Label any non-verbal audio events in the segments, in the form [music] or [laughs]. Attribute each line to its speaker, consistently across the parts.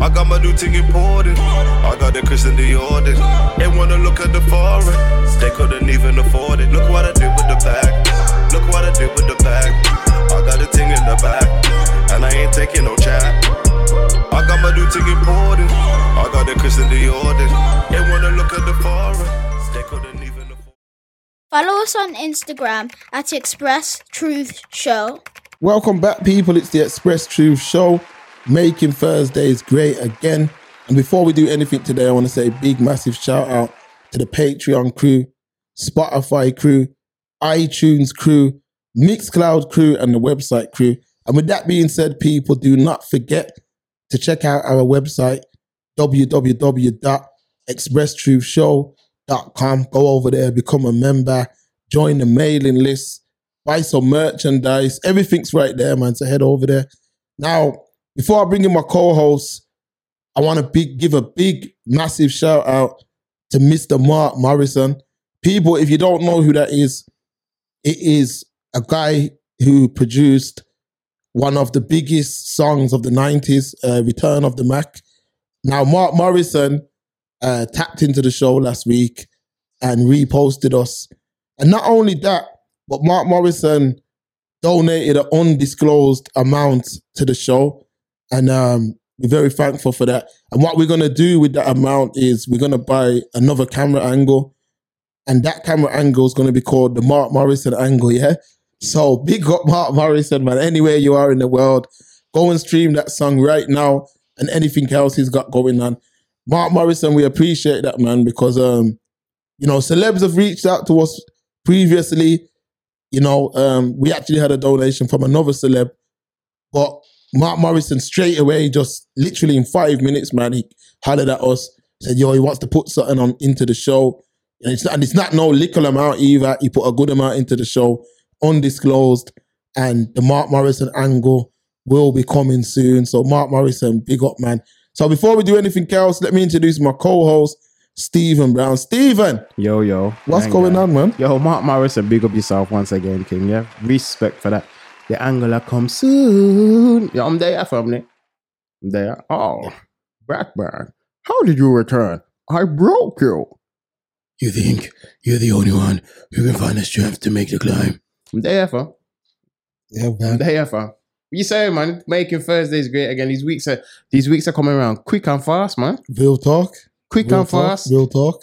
Speaker 1: I got my new thing imported. I got the Christian Dior. then. They wanna look at the foreign. They couldn't even afford it. Look what I did with the bag. Look what I did with the bag. I got a thing in the back, and I ain't taking no chat. I got my new thing imported. I got the Christian Dior. then. They wanna look at the foreign. They couldn't even afford.
Speaker 2: Follow us on Instagram at Express Truth Show.
Speaker 3: Welcome back, people. It's the Express Truth Show, making Thursdays great again. And before we do anything today, I want to say a big, massive shout out to the Patreon crew, Spotify crew, iTunes crew, Mixcloud crew, and the website crew. And with that being said, people, do not forget to check out our website, www.expresstruthshow.com. Go over there, become a member, join the mailing list buy some merchandise. Everything's right there, man. So head over there. Now, before I bring in my co-host, I want to big give a big, massive shout out to Mr. Mark Morrison. People, if you don't know who that is, it is a guy who produced one of the biggest songs of the 90s, uh, Return of the Mac. Now, Mark Morrison uh, tapped into the show last week and reposted us. And not only that, but Mark Morrison donated an undisclosed amount to the show. And um, we're very thankful for that. And what we're going to do with that amount is we're going to buy another camera angle. And that camera angle is going to be called the Mark Morrison angle, yeah? So big up Mark Morrison, man. Anywhere you are in the world, go and stream that song right now and anything else he's got going on. Mark Morrison, we appreciate that, man, because, um, you know, celebs have reached out to us previously you know, um, we actually had a donation from another celeb, but Mark Morrison straight away, just literally in five minutes, man, he hollered at us, said, "Yo, he wants to put something on into the show," and it's not, and it's not no little amount either. He put a good amount into the show, undisclosed, and the Mark Morrison angle will be coming soon. So, Mark Morrison, big up, man. So, before we do anything else, let me introduce my co-host, Stephen Brown. Stephen,
Speaker 4: Yo, yo.
Speaker 3: what's
Speaker 4: Gang,
Speaker 3: going
Speaker 4: gang.
Speaker 3: on, man?
Speaker 4: Yo, Mark Morrison, big up yourself once again, King. Yeah, respect for that. The Angola come soon. Yo, I'm there, family. I'm there. Oh, Blackburn, how did you return? I broke you.
Speaker 5: You think you're the only one who can find the strength to make the climb?
Speaker 4: I'm there, fam.
Speaker 3: Yeah,
Speaker 4: I'm there, fam. You say, man, making Thursdays great again. These weeks are these weeks are coming around quick and fast, man.
Speaker 3: Real talk.
Speaker 4: Quick
Speaker 3: real
Speaker 4: and
Speaker 3: talk,
Speaker 4: fast.
Speaker 3: Real talk.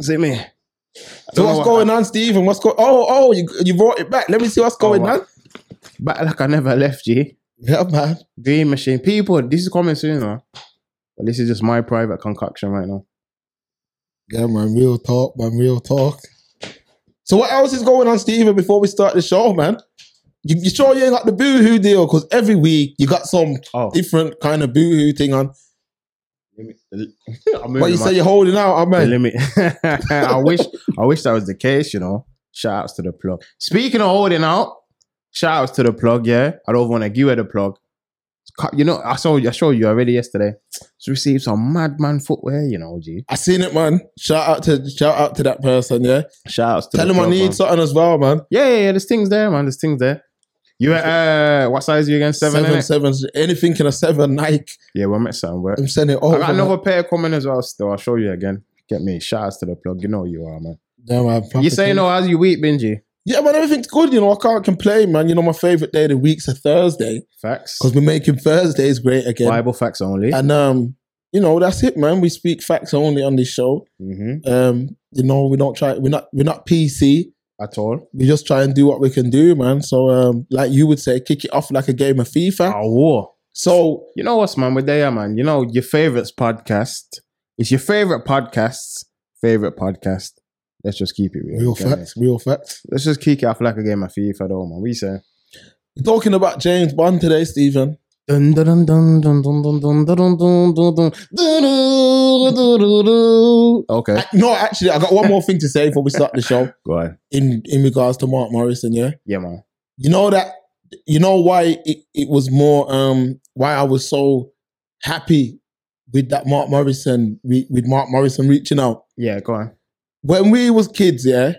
Speaker 4: See me.
Speaker 3: So what's going on, Stephen? What's going? Oh, oh, you, you brought it back. Let me see what's going
Speaker 4: wow.
Speaker 3: on.
Speaker 4: Back like I never left you.
Speaker 3: Yeah, man.
Speaker 4: Dream machine. People, this is coming soon, man. But this is just my private concoction right now.
Speaker 3: Yeah, man. Real talk, man. Real talk. So what else is going on, Stephen? Before we start the show, man, you, you sure you ain't got the boohoo deal? Because every week you got some
Speaker 4: Oh,
Speaker 3: different kind of boohoo thing on.
Speaker 4: I'm
Speaker 3: But you say you're holding out, I
Speaker 4: the
Speaker 3: man.
Speaker 4: limit. [laughs] I wish, I wish that was the case. You know, shout outs to the plug. Speaking of holding out, shout outs to the plug. Yeah, I don't want to give her the plug. Ca- You know, I saw, I showed you already yesterday. She received some madman footwear. You know, G.
Speaker 3: I seen it, man. Shout out to shout out to that person. Yeah,
Speaker 4: Shout outs to
Speaker 3: tell
Speaker 4: the
Speaker 3: him I
Speaker 4: plug,
Speaker 3: need
Speaker 4: man.
Speaker 3: something as well, man.
Speaker 4: Yeah, yeah, yeah. There's things there, man. There's things there. You, uh, what size are you again? Seven.
Speaker 3: seven,
Speaker 4: innit?
Speaker 3: sevens, anything in a seven Nike.
Speaker 4: Yeah, we're met somewhere.
Speaker 3: I'm sending it over.
Speaker 4: I got
Speaker 3: man.
Speaker 4: another pair coming as well. Still, I'll show you again. Get me shouts to the plug. You know who you are, man.
Speaker 3: Yeah, man,
Speaker 4: You
Speaker 3: proper
Speaker 4: say no? How's you week, Benji?
Speaker 3: Yeah, man, everything's good. You know, I can't complain, man. You know, my favorite day of the week's a Thursday
Speaker 4: Facts.
Speaker 3: because we're making Thursdays great again.
Speaker 4: Bible facts only.
Speaker 3: And um, you know, that's it, man. We speak facts only on this show.
Speaker 4: hmm
Speaker 3: Um, you know, we don't try. We're not. We're not PC.
Speaker 4: At all.
Speaker 3: We just try and do what we can do, man. So, um, like you would say, kick it off like a game of FIFA.
Speaker 4: Our war.
Speaker 3: So,
Speaker 4: Oh, You know what's man? We're there, man. You know your favorites podcast. It's your favorite podcast's favorite podcast. Let's just keep it real.
Speaker 3: real
Speaker 4: okay?
Speaker 3: facts, real facts.
Speaker 4: Let's just kick it off like a game of FIFA, though, man. We say.
Speaker 3: We're talking about James Bond today, Stephen.
Speaker 4: Dun dun dun dun dun dun dun dun dun dun dun dun dun dun dun dun dun. Okay,
Speaker 3: I- no, actually, I got one more thing to say before we start the show
Speaker 4: go on.
Speaker 3: in in regards to Mark Morrison. Yeah.
Speaker 4: Yeah, man.
Speaker 3: you know that you know why it, it was more um why I was so happy with that Mark Morrison re- with Mark Morrison reaching out
Speaker 4: Yeah, go on.
Speaker 3: when we was kids yeah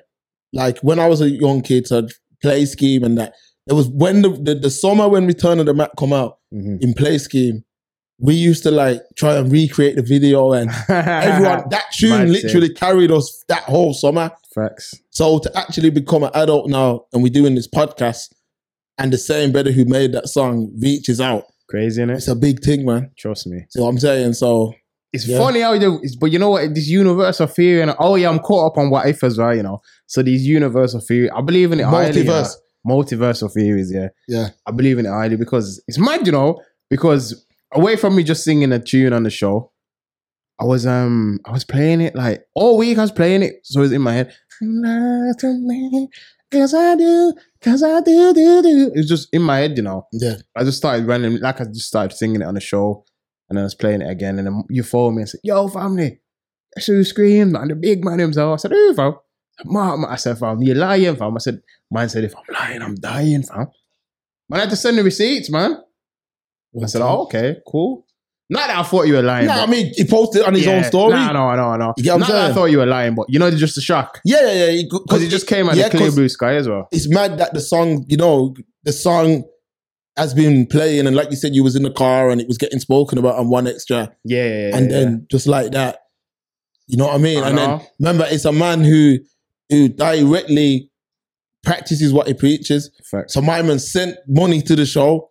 Speaker 3: like when I was a young kid so I'd play scheme and that it was when the, the the summer when Return of the Mac come out
Speaker 4: Mm-hmm.
Speaker 3: in play scheme we used to like try and recreate the video
Speaker 4: [laughs]
Speaker 3: and everyone that tune
Speaker 4: Mad
Speaker 3: literally carried us that whole summer.
Speaker 4: Facts.
Speaker 3: So to actually become an adult now and we're doing this podcast and the same brother who made that song reaches out.
Speaker 4: Crazy, innit?
Speaker 3: It's a big thing, man.
Speaker 4: Trust me.
Speaker 3: So I'm saying so
Speaker 4: It's
Speaker 3: Yeah.
Speaker 4: funny how you, it's, but you know what? This universal theory, and oh yeah, I'm caught up on what if as well. You know, so these universal theory, I believe in it. highly, yeah.
Speaker 3: Multiverse.
Speaker 4: multiversal theories. Yeah,
Speaker 3: Yeah.
Speaker 4: I believe in it highly because it's mad. You know, because away from me just singing a tune on the show, I was um, I was playing it like all week. I was playing it, so it's in my head. Lie to me, Cause I do, cause I do, do, do. It's just in my head, you know.
Speaker 3: Yeah.
Speaker 4: I just started randomly, like I just started singing it on the show, and then I was playing it again, and then you phone me and said, "Yo, family, that's who screamed, man, the big man himself." I said, "Who, fam?" Mom, I said, "Fam, you lying, fam." I said, "Man said if I'm lying, I'm dying, fam." Man, I had to send the receipts, man. I said, "Oh, okay, cool." Not that I thought you were lying.
Speaker 3: No, I
Speaker 4: but-
Speaker 3: mean he posted on his
Speaker 4: Yeah,
Speaker 3: own story.
Speaker 4: Nah, no, no, no.
Speaker 3: You get what I'm
Speaker 4: Not that I
Speaker 3: saying?
Speaker 4: thought you were lying, but you know, it's just a shock
Speaker 3: Yeah, yeah, yeah. he-
Speaker 4: because it just came out
Speaker 3: yeah,
Speaker 4: of clear
Speaker 3: 'cause
Speaker 4: blue sky as well.
Speaker 3: It's mad that the song, you know, the song has been playing and like you said, you was in the car and it was getting spoken about on one extra.
Speaker 4: Yeah, yeah, yeah,
Speaker 3: and
Speaker 4: yeah.
Speaker 3: then just like that. You know what I mean?
Speaker 4: I
Speaker 3: and then
Speaker 4: know.
Speaker 3: remember, it's a man who who directly practices what he preaches.
Speaker 4: Facts.
Speaker 3: So my man sent money to the show.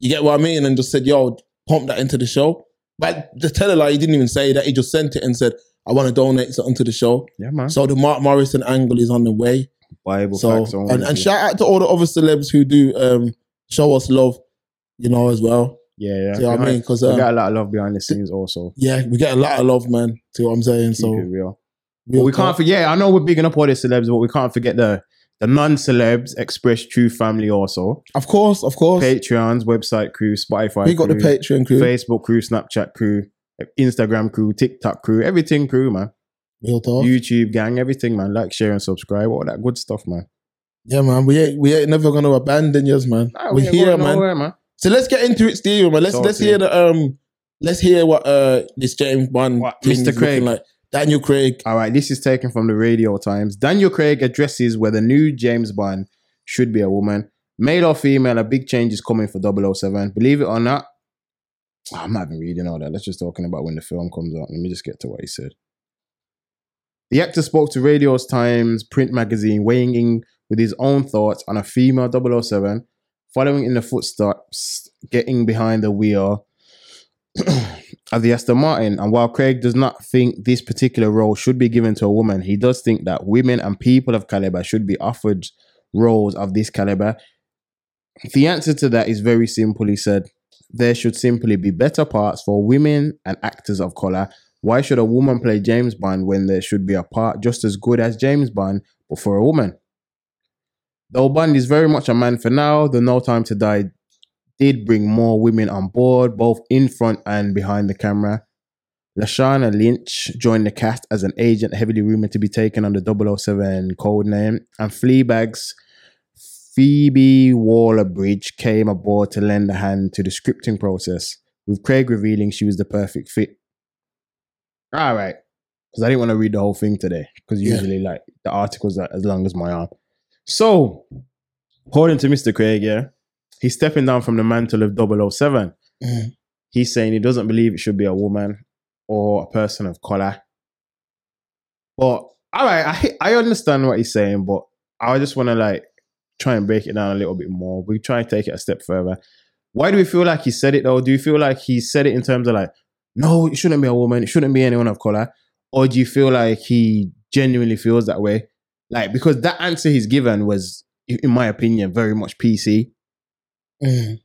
Speaker 3: You get what I mean? And just said, "Yo, pump that into the show." But the teller lie, he didn't even say that. He just sent it and said, "I want to donate something to the show."
Speaker 4: yeah, man.
Speaker 3: So the Mark Morrison angle is on the way.
Speaker 4: Bible
Speaker 3: So
Speaker 4: facts only.
Speaker 3: and, and shout out to all the other celebs who do um, show us love, you know, as well.
Speaker 4: yeah, yeah.
Speaker 3: See what I mean? Because
Speaker 4: we
Speaker 3: um,
Speaker 4: got a lot of love behind the scenes also.
Speaker 3: yeah, we get a lot of love, man. See what I'm saying?
Speaker 4: So
Speaker 3: So
Speaker 4: real. But
Speaker 3: real
Speaker 4: we
Speaker 3: talk.
Speaker 4: can't forget. I know we're bigging up all the celebs, but we can't forget the the non celebs, Express True Family also,
Speaker 3: Of course, of course.
Speaker 4: Patreons, website crew, Spotify.
Speaker 3: we got the
Speaker 4: crew,
Speaker 3: Patreon crew.
Speaker 4: Facebook crew, Snapchat crew, Instagram crew, TikTok crew, everything crew, man.
Speaker 3: Real talk.
Speaker 4: YouTube gang, everything, man. Like, share, and subscribe, all that good stuff, man.
Speaker 3: yeah, man. We ain't, we ain't never gonna abandon yours, man.
Speaker 4: Nah,
Speaker 3: We're
Speaker 4: ain't
Speaker 3: here,
Speaker 4: going
Speaker 3: man.
Speaker 4: nowhere, man.
Speaker 3: So let's get into it, Steve. Man. Let's
Speaker 4: Talk
Speaker 3: let's
Speaker 4: to
Speaker 3: hear
Speaker 4: me.
Speaker 3: the um. Let's hear what uh this James Bond,
Speaker 4: What,
Speaker 3: thing
Speaker 4: Mr.
Speaker 3: is looking
Speaker 4: Craig? Uh,
Speaker 3: like Daniel Craig.
Speaker 4: All right, this is taken from the Radio Times. Daniel Craig addresses whether new James Bond should be a woman, male or female. A big change is coming for 007. Believe it or not, I'm not even reading all that. Let's just talking about when the film comes out. Let me just get to what he said. The actor spoke to Radio Times print magazine, weighing in with his own thoughts on a female 007, following in the footsteps, getting behind the wheel [clears throat] of the Aston Martin. And while Craig does not think this particular role should be given to a woman, he does think that women and people of caliber should be offered roles of this caliber. The answer to that is very simple, he said. There should simply be better parts for women and actors of color. Why should a woman play James Bond when there should be a part just as good as James Bond, but for a woman? Though Bond is very much a man for now, the No Time to Die did bring more women on board, both in front and behind the camera. Lashana Lynch joined the cast as an agent heavily rumored to be taken under 007 code name, and Fleabag's Phoebe Waller Bridge came aboard to lend a hand to the scripting process, with Craig revealing she was the perfect fit. All right, because I didn't want to read the whole thing today, because
Speaker 3: Yeah.
Speaker 4: usually, like, the article's are as long as my arm. So, according to Mr. Craig, yeah, he's stepping down from the mantle of 007.
Speaker 3: Mm.
Speaker 4: He's saying he doesn't believe it should be a woman or a person of color. But all right, I I understand what he's saying, but I just want to like try and break it down a little bit more. We try and take it a step further. Why do we feel like he said it though? Do you feel like he said it in terms of like, no, it shouldn't be a woman, it shouldn't be anyone of color, or do you feel like he genuinely feels that way? Like because that answer he's given was, in in my opinion, very much PC
Speaker 3: Mm.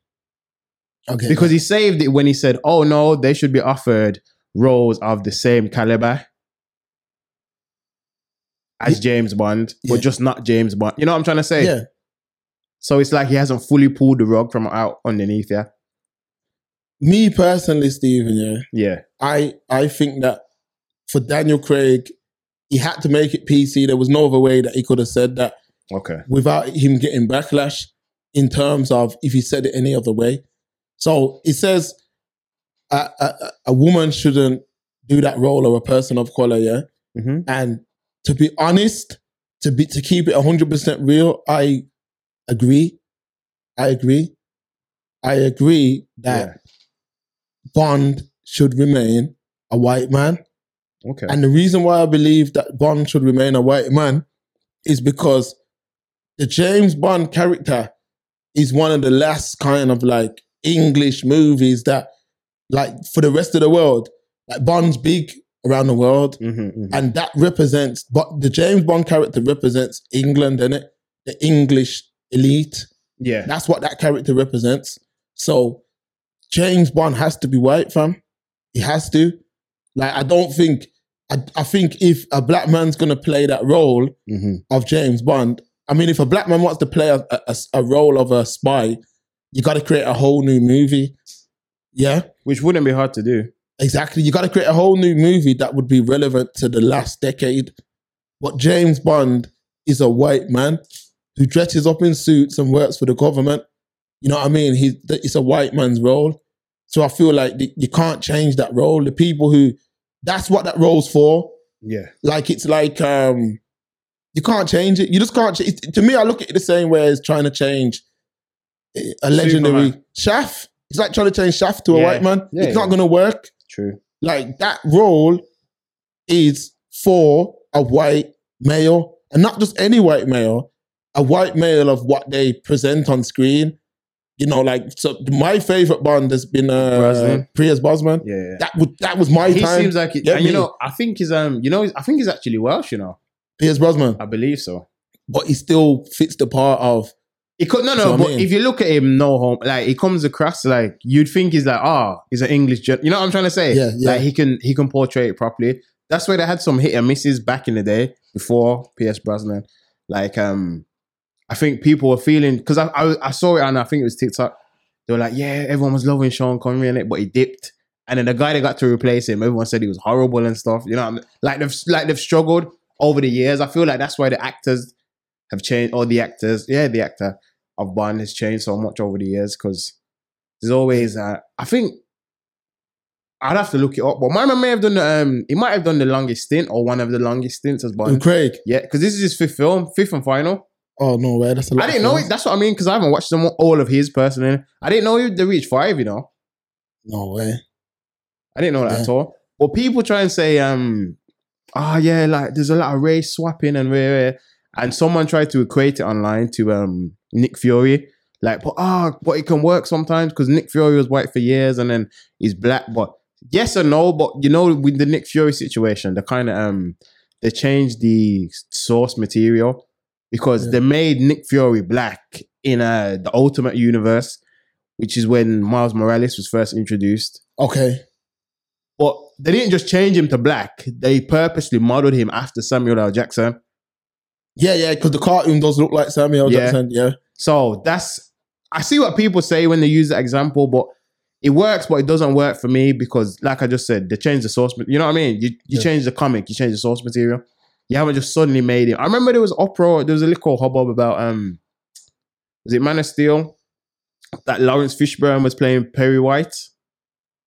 Speaker 3: Okay.
Speaker 4: because he saved it when he said, "Oh no, they should be offered roles of the same caliber as James Bond,
Speaker 3: Yeah.
Speaker 4: but just not James Bond." You know what I'm trying to say?
Speaker 3: yeah,
Speaker 4: So it's like he hasn't fully pulled the rug from out underneath. Yeah,
Speaker 3: me personally, Steven. Yeah,
Speaker 4: yeah,
Speaker 3: I I think that for Daniel Craig, he had to make it PC. There was no other way that he could have said that.
Speaker 4: okay,
Speaker 3: without him getting backlash in terms of if he said it any other way. So it says a, a, a- a woman shouldn't do that role or a person of color, yeah.
Speaker 4: Mhm.
Speaker 3: And to be honest, to be to keep it hundred percent real, I agree. I agree. I agree that
Speaker 4: Yeah.
Speaker 3: Bond should remain a white man.
Speaker 4: Okay.
Speaker 3: And the reason why I believe that Bond should remain a white man is because the James Bond character is one of the last kind of like English movies that, like, for the rest of the world, like Bond's big around the world,
Speaker 4: Mhm, mhm.
Speaker 3: and that represents. But the James Bond character represents England, and it the English elite.
Speaker 4: Yeah.
Speaker 3: That's what that character represents. So James Bond has to be white, fam. He has to. Like, I don't think. I, I think if a black man's gonna play that role
Speaker 4: Mhm.
Speaker 3: of James Bond, I mean, if a black man wants to play a, a- a s- a role of a spy, you got to create a whole new movie. Yeah,
Speaker 4: Which wouldn't be hard to do.
Speaker 3: exactly. You got to create a whole new movie that would be relevant to the last decade. But James Bond is a white man who dresses up in suits and works for the government. You know what I mean? He's th- it's a white man's role. So I feel like the, you can't change that role. The people who that's what that role's for.
Speaker 4: Yeah.
Speaker 3: Like it's like um you can't change it. You just can't. Ch- it- to me, I look at it the same way as trying to change uh, a legendary
Speaker 4: Superman.
Speaker 3: Shaft. It's like trying to change Shaft to a
Speaker 4: Yeah.
Speaker 3: white man.
Speaker 4: Yeah,
Speaker 3: it's not
Speaker 4: yeah.
Speaker 3: going to work.
Speaker 4: True.
Speaker 3: Like that role is for a white male, and not just any white male, a white male of what they present on screen. You know, like so. My favorite Bond has been uh,
Speaker 4: Brosnan.
Speaker 3: Pierce Brosnan.
Speaker 4: Yeah. yeah.
Speaker 3: That would that was my
Speaker 4: he
Speaker 3: time.
Speaker 4: seems like, it,
Speaker 3: Get
Speaker 4: and you
Speaker 3: me.
Speaker 4: know, I think he's um, you know, I think he's actually Welsh. You know,
Speaker 3: Pierce Brosnan,
Speaker 4: I believe so.
Speaker 3: but he still fits the part of
Speaker 4: He could no,
Speaker 3: So I
Speaker 4: no, but
Speaker 3: mean-
Speaker 4: if you look at him, no home, like he comes across like you'd think he's like, ah, he's an English. Gen-. You know what I'm trying to say?
Speaker 3: Yeah, yeah.
Speaker 4: Like he can he can portray it properly. That's why they had some hit and misses back in the day before P.S. Brosnan. Like um, I think people were feeling because I, I I saw it and I think it was TikTok. They were like, yeah, everyone was loving Sean Connery and it, but he dipped. And then the guy that got to replace him, everyone said he was horrible and stuff. You know, what I mean? like they've like they've struggled over the years. I feel like that's why the actors have changed, or the actors, yeah, the actor of Bond has changed so much over the years because there's always. Uh, I think I'd have to look it up, but my man may have done. the, Um, he might have done the longest stint or one of the longest stints as
Speaker 3: and
Speaker 4: Bond.
Speaker 3: Craig.
Speaker 4: Yeah, because this is his fifth film, fifth and final.
Speaker 3: Oh no way, that's a lot.
Speaker 4: I
Speaker 3: of
Speaker 4: didn't know
Speaker 3: films.
Speaker 4: it. That's what I mean. Because I haven't watched them all of his personally. I didn't know they reached five. You know,
Speaker 3: No way.
Speaker 4: I didn't know that
Speaker 3: Yeah.
Speaker 4: at all. But people try and say, um, oh yeah, like there's a lot of race swapping and rare, rare. and someone tried to equate it online to um Nick Fury. Like, but ah, but it can work sometimes because Nick Fury was white for years and then he's black. But yes or no, but you know, with the Nick Fury situation, they kind of um they changed the source material because
Speaker 3: Yeah.
Speaker 4: they made Nick Fury black in uh the Ultimate Universe, which is when Miles Morales was first introduced.
Speaker 3: Okay.
Speaker 4: But they didn't just change him to black. They purposely modeled him after Samuel L. Jackson.
Speaker 3: Yeah, yeah, because the cartoon does look like Samuel
Speaker 4: Yeah.
Speaker 3: Jackson. Yeah.
Speaker 4: So that's I see what people say when they use that example, but it works, but it doesn't work for me because, like I just said, they changed the source. ma- You know what I mean? You you
Speaker 3: Yeah.
Speaker 4: change the comic, you change the source material. You haven't just suddenly made it. I remember there was uproar. There was a little hubbub about um, was it Man of Steel? That Lawrence Fishburne was playing Perry White.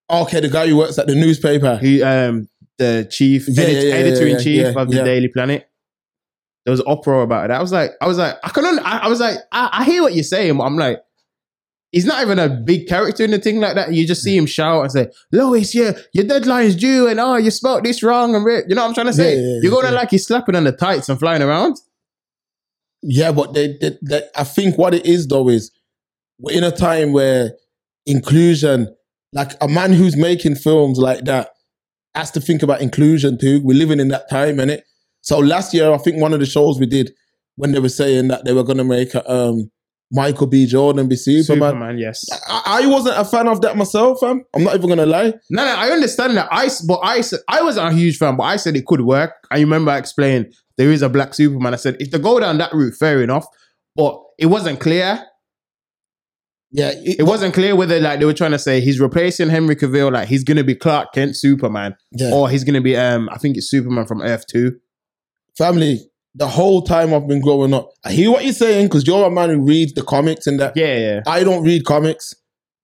Speaker 3: Okay, the guy who works at the newspaper.
Speaker 4: He um the chief
Speaker 3: Yeah,
Speaker 4: edit,
Speaker 3: yeah, yeah, yeah,
Speaker 4: editor in chief
Speaker 3: yeah,
Speaker 4: of the
Speaker 3: yeah.
Speaker 4: Daily Planet. There was uproar about it. I was like, I was like, I can only, I, I was like, I, I hear what you're saying, but I'm like, he's not even a big character in the thing like that. You just see him shout and say, Lois, yeah, your deadline's due, and oh, you spelt this wrong, and re-" you know what I'm trying to say.
Speaker 3: Yeah, yeah, yeah,
Speaker 4: you're going to
Speaker 3: yeah.
Speaker 4: like he's slapping on the tights and flying around.
Speaker 3: Yeah, but they, they, they, I think what it is though is we're in a time where inclusion, like a man who's making films like that, has to think about inclusion too. We're living in that time, innit? So last year, I think one of the shows we did when they were saying that they were gonna make a, um, Michael B. Jordan be Superman.
Speaker 4: Superman, yes.
Speaker 3: I, I wasn't a fan of that myself, fam. I'm not even gonna lie.
Speaker 4: No, no, I understand that. I s- but I said I was a huge fan, but I said it could work. I remember I explained there is a black Superman. I said if they go down that route, fair enough. But it wasn't clear.
Speaker 3: Yeah,
Speaker 4: It wasn't clear whether like they were trying to say he's replacing Henry Cavill, like he's gonna be Clark Kent Superman,
Speaker 3: yeah.
Speaker 4: or he's gonna be um I think it's Superman from Earth Two.
Speaker 3: family, the whole time I've been growing up, I hear what you're saying because you're a man who reads the comics and that.
Speaker 4: Yeah, yeah.
Speaker 3: I don't read comics,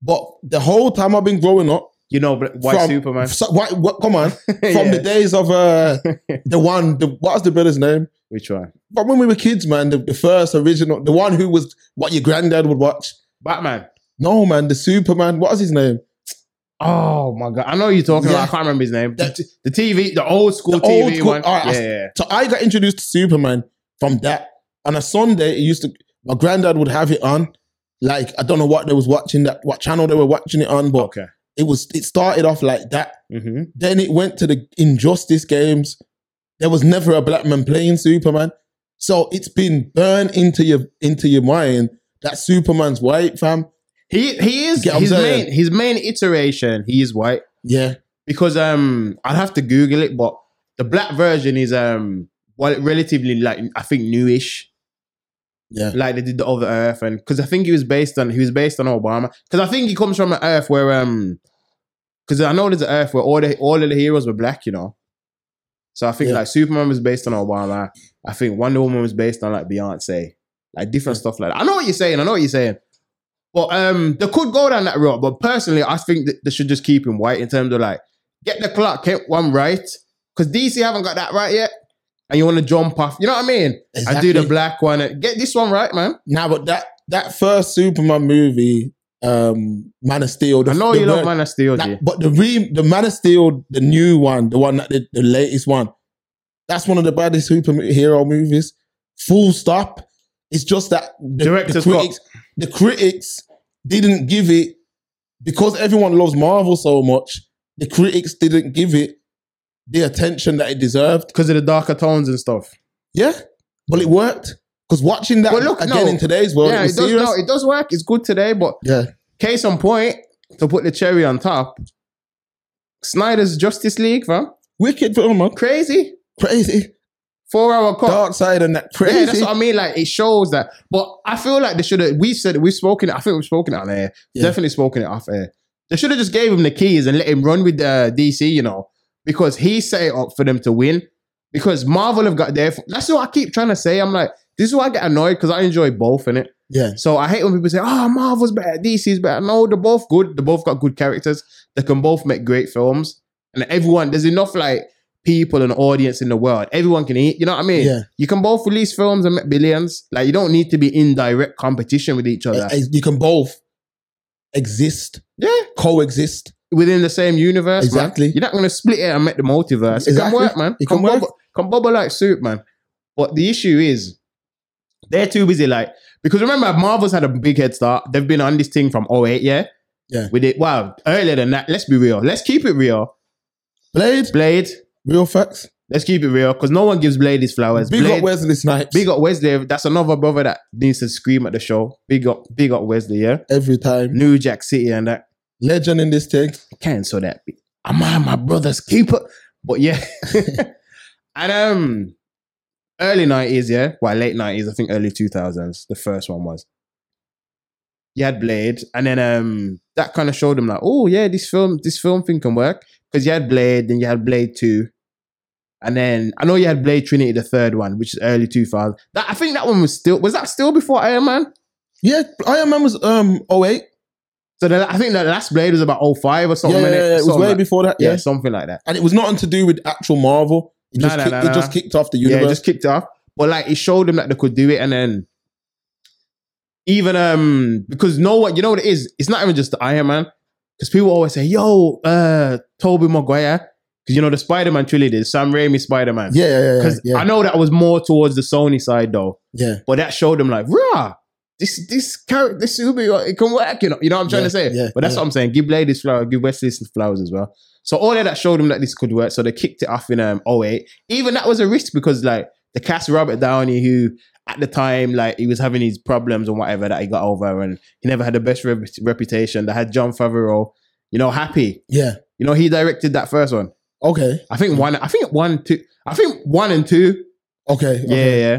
Speaker 3: but the whole time I've been growing up,
Speaker 4: You know, bl- white
Speaker 3: from-
Speaker 4: Superman
Speaker 3: so- why, what, come
Speaker 4: [laughs]
Speaker 3: on, from
Speaker 4: Yeah.
Speaker 3: the days of
Speaker 4: [laughs]
Speaker 3: uh, the one, the, what was the brother's name?
Speaker 4: Which one?
Speaker 3: But when we were kids, man, the, the first original, the one who was what your granddad would watch.
Speaker 4: Batman.
Speaker 3: No, man, the Superman. What was his name?
Speaker 4: Oh my god! I know who you're talking about. I can't remember his name.
Speaker 3: That-
Speaker 4: The, the TV, the old school
Speaker 3: The
Speaker 4: TV
Speaker 3: old school-
Speaker 4: one.
Speaker 3: all right, I-
Speaker 4: yeah, yeah.
Speaker 3: So I got introduced to Superman from that. On a Sunday, it used to my granddad would have it on. Like I don't know what they was watching that what channel they were watching it on, but
Speaker 4: Okay.
Speaker 3: it was it started off like that.
Speaker 4: Mm-hmm.
Speaker 3: Then it went to the injustice games. There was never a black man playing Superman. So it's been burned into your into your mind that Superman's white, fam.
Speaker 4: He he is
Speaker 3: Get what I'm
Speaker 4: his
Speaker 3: saying?
Speaker 4: main his main iteration. He is white
Speaker 3: Yeah.
Speaker 4: because um I'd have to Google it, but the black version is um well relatively like I think newish.
Speaker 3: Yeah.
Speaker 4: like they did the other Earth, and because I think he was based on he was based on Obama. Because I think he comes from an Earth where um, because I know there's an Earth where all the all of the heroes were black, you know. So I think
Speaker 3: Yeah.
Speaker 4: like Superman was based on Obama. I think Wonder Woman was based on like Beyonce, like different stuff like that. I know what you're saying. I know what you're saying. But um, they could go down that route. But personally, I think that they should just keep him white in terms of like get the Clark Kent one right because DC haven't got that right yet. And you want to jump off, you know what I mean? I do the
Speaker 3: Exactly.
Speaker 4: black one. Get this one right, man.
Speaker 3: Now, but that that first Superman movie, um, Man of Steel. The,
Speaker 4: I know
Speaker 3: the
Speaker 4: you
Speaker 3: ver-
Speaker 4: love Man of Steel, G.
Speaker 3: Like, but the re- the Man of Steel, the new one, the one that the, the latest one, that's one of the baddest superhero movies. Full stop. It's just that the, the
Speaker 4: Director's
Speaker 3: critics, the critics didn't give it because everyone loves Marvel so much. The critics didn't give it the attention that it deserved.
Speaker 4: Because of the darker tones and stuff.
Speaker 3: Yeah, but it worked because watching that
Speaker 4: But look,
Speaker 3: again
Speaker 4: no.
Speaker 3: in today's world, it
Speaker 4: yeah, it
Speaker 3: was
Speaker 4: does.
Speaker 3: Oh, serious.
Speaker 4: No, it does work. It's good today, but
Speaker 3: yeah,
Speaker 4: case on point to put the cherry on top. Snyder's Justice League, fam,
Speaker 3: wicked film, man.
Speaker 4: crazy
Speaker 3: Crazy
Speaker 4: four hour cut.
Speaker 3: dark side and that crazy.
Speaker 4: Yeah, that's what I mean. Like it shows that, but I feel like they should have. We said we've spoken. I think we've spoken it on air.
Speaker 3: Yeah.
Speaker 4: Definitely spoken it off air. They should have just gave him the keys and let him run with uh, DC. You know, because he set it up for them to win. Because Marvel have got their. That's what I keep trying to say. I'm like, this is why I get annoyed because I enjoy both in it.
Speaker 3: yeah,
Speaker 4: So I hate when people say, "Oh, Marvel's better, DC's better." No, they're both good. They both got good characters. They can both make great films, and everyone there's enough like people and audience in the world. Everyone can eat. You know what I mean?
Speaker 3: Yeah.
Speaker 4: You can both release films and make billions. Like you don't need to be in direct competition with each other.
Speaker 3: Eh, eh, you can both exist,
Speaker 4: yeah,
Speaker 3: coexist.
Speaker 4: within the same universe. man.
Speaker 3: Exactly.
Speaker 4: You're not going to split it and make the multiverse. It can
Speaker 3: Exactly.
Speaker 4: work, man.
Speaker 3: It can work.
Speaker 4: Bubble, can bubble like soup, man. But the issue is they're too busy. Like because remember, Marvel's had a big head start. They've been on this thing from 08, yeah.
Speaker 3: Yeah.
Speaker 4: With it, wow, earlier than that. Let's be real. Let's keep it real.
Speaker 3: Blade,
Speaker 4: Blade.
Speaker 3: real facts.
Speaker 4: Let's keep it real because no one gives Blade his flowers.
Speaker 3: Big
Speaker 4: Blade,
Speaker 3: up Wesley Snipes
Speaker 4: big up Wesley. That's another brother that needs to scream at the show. Big up, big up Wesley. Yeah.
Speaker 3: every time.
Speaker 4: New Jack City and that.
Speaker 3: Legend in this thing.
Speaker 4: cancel that. Am I my brother's keeper? But yeah. [laughs] and um early 90s, yeah. Well, late 90s, I think early 2000s, the first one was. You had Blade, and then um that kind of showed them like, oh yeah, this film, this film thing can work. Because you had Blade, then you had Blade 2. And then I know you had Blade Trinity, the third one, which is early 2000. That I think that one was still was that still before Iron Man?
Speaker 3: Yeah, Iron Man was um 08.
Speaker 4: So the, I think the last Blade was about 05 or
Speaker 3: Yeah, yeah,
Speaker 4: something.
Speaker 3: yeah,
Speaker 4: innit?
Speaker 3: yeah, it was
Speaker 4: Something
Speaker 3: way
Speaker 4: like-
Speaker 3: before that.
Speaker 4: yeah,
Speaker 3: Yeah.
Speaker 4: something like that.
Speaker 3: and it was nothing to do with actual Marvel. It
Speaker 4: Nah,
Speaker 3: just,
Speaker 4: nah,
Speaker 3: kicked,
Speaker 4: nah,
Speaker 3: it just
Speaker 4: nah.
Speaker 3: kicked off the
Speaker 4: Yeah,
Speaker 3: universe.
Speaker 4: it just kicked it off. But like it showed them that they could do it, and then even um because no one, you know what it is? It's not even just the Iron Man. Because people always say, yo, uh Toby Maguire. Because you know the Spider-Man trilogy, Sam Raimi Spider-Man.
Speaker 3: yeah, yeah, yeah, yeah.
Speaker 4: Because
Speaker 3: yeah,
Speaker 4: I know that was more towards the Sony side though.
Speaker 3: yeah.
Speaker 4: But that showed them like, rah, this this character, this superhero, it can work, you know. You know what I'm trying
Speaker 3: Yeah,
Speaker 4: to say?
Speaker 3: yeah,
Speaker 4: but that's
Speaker 3: yeah.
Speaker 4: what I'm saying. Give Blade his flowers, give Wesley his flowers as well. So all of that showed them that this could work. So they kicked it off in um 08. Even that was a risk because like the cast Robert Downey, who at the time, like he was having his problems and whatever that he got over, and he never had the best rep- reputation. They had John Favreau, you know, happy.
Speaker 3: yeah.
Speaker 4: You know, he directed that first one.
Speaker 3: Okay,
Speaker 4: I think one, I think one, two, I think one and two
Speaker 3: okay.
Speaker 4: yeah,
Speaker 3: okay.
Speaker 4: yeah.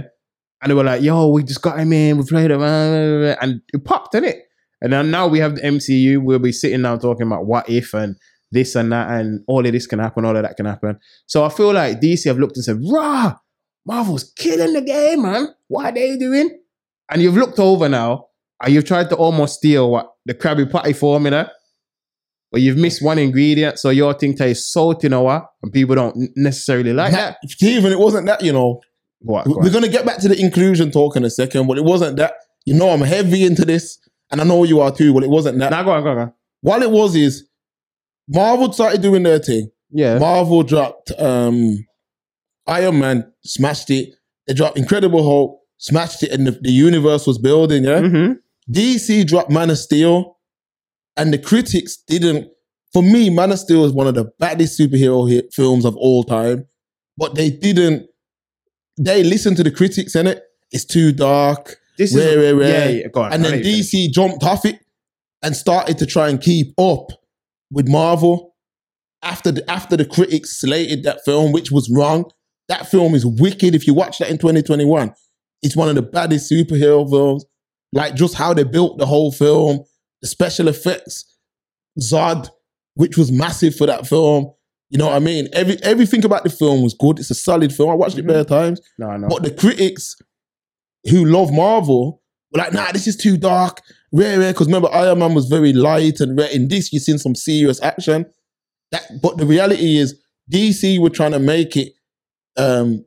Speaker 4: And they were like, yo, we just got him in, we played him, uh, uh, uh, and it popped, didn't it? And then now we have the MCU, we'll be sitting now talking about what if and this and that, and all of this can happen, all of that can happen. So I feel like DC have looked and said, rah, Marvel's killing the game, man. What are they doing? And you've looked over now, and you've tried to almost steal what the Krabby Patty formula, but you've missed one ingredient, so your thing tastes salty, you know what? And people don't necessarily like
Speaker 3: Nah,
Speaker 4: that.
Speaker 3: Stephen, it wasn't that, you know.
Speaker 4: What?
Speaker 3: We-
Speaker 4: go on.
Speaker 3: We're going to get back to the inclusion talk in a second, but it wasn't that. You know, I'm heavy into this, and I know you are too, but it wasn't that.
Speaker 4: Nah, go on, go on, go on.
Speaker 3: What it was is Marvel started doing their thing.
Speaker 4: Yeah.
Speaker 3: Marvel dropped um, Iron Man, smashed it. They dropped Incredible Hulk, smashed it, and the, the universe was building. Yeah,
Speaker 4: hmm
Speaker 3: DC dropped Man of Steel, and the critics didn't. For me, Man of Steel is one of the baddest superhero hit films of all time, but they didn't. They listened to the critics in it. It's too dark,
Speaker 4: This
Speaker 3: Wait, wait, wait.
Speaker 4: Yeah, yeah, go on.
Speaker 3: and
Speaker 4: I
Speaker 3: then
Speaker 4: know you-
Speaker 3: DC jumped off it and started to try and keep up with Marvel. After the, after the critics slated that film, which was wrong, that film is wicked. If you watch that in 2021, it's one of the baddest superhero films. Like just how they built the whole film, the special effects, Zod, which was massive for that film. You know what I mean? Every everything about the film was good. It's a solid film. I watched it bare times.
Speaker 4: No, no.
Speaker 3: But the critics who love Marvel were like, nah, this is too dark. Rare, rare. Because remember, Iron Man was very light and rare. In this, you've seen some serious action. That, but the reality is, DC were trying to make it um,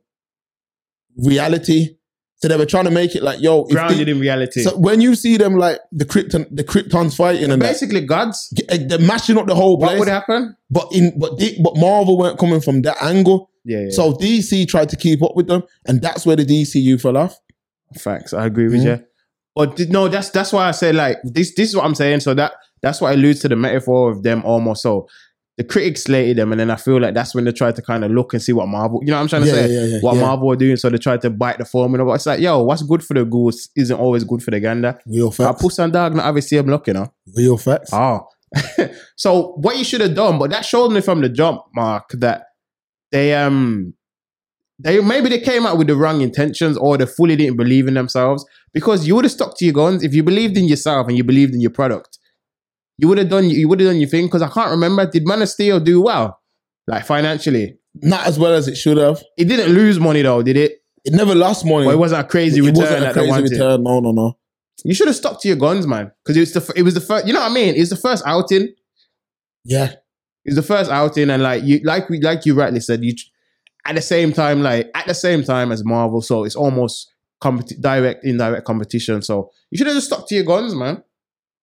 Speaker 3: reality. So they were trying to make it like, yo, if
Speaker 4: Grounded
Speaker 3: the-
Speaker 4: in reality.
Speaker 3: so when you see them like the Krypton, the Kryptons fighting and that, eh,
Speaker 4: Basically, gods.
Speaker 3: they're mashing up the whole
Speaker 4: What
Speaker 3: place.
Speaker 4: would happen?
Speaker 3: But in but they, but Marvel weren't coming from that angle.
Speaker 4: Yeah, yeah.
Speaker 3: So DC tried to keep up with them, and that's where the DCU fell off.
Speaker 4: Facts. I agree with
Speaker 3: Mhm.
Speaker 4: you. But th- no, that's that's why I say like this. This is what I'm saying. So that that's what alludes to the metaphor of them almost. So the critics slated them, and then I feel like that's when they tried to kind of look and see what Marvel. You know what I'm trying to
Speaker 3: Yeah,
Speaker 4: say?
Speaker 3: yeah, yeah,
Speaker 4: what
Speaker 3: yeah.
Speaker 4: Marvel are doing. So they tried to bite the formula. But it's like, yo, what's good for the goose isn't always good for the gander.
Speaker 3: Real
Speaker 4: I
Speaker 3: facts.
Speaker 4: puss and dog not have a CM look, you know.
Speaker 3: Real facts.
Speaker 4: Oh. [laughs] so what you should have done, but that showed me from the jump, Mark, that they um they maybe they came out with the wrong intentions or they fully didn't believe in themselves. Because you would have stuck to your guns if you believed in yourself and you believed in your product. You would have done you would have done your thing. Because I can't remember, did Man of Steel do well? Like financially.
Speaker 3: Not as well as it should have.
Speaker 4: It didn't lose money though, did it?
Speaker 3: It never lost money.
Speaker 4: Or it wasn't a crazy
Speaker 3: It
Speaker 4: return
Speaker 3: wasn't a
Speaker 4: that they
Speaker 3: crazy
Speaker 4: wanted.
Speaker 3: return. No, no, no.
Speaker 4: You should have stuck to your guns, man. Because it was the f- it was the first. You know what I mean? It was the first outing. It
Speaker 3: Yeah,
Speaker 4: was the first outing, and like you, like we, like you rightly said, you. At the same time, like at the same time as Marvel, so it's almost competi- direct, indirect competition. So you should have just stuck to your guns, man,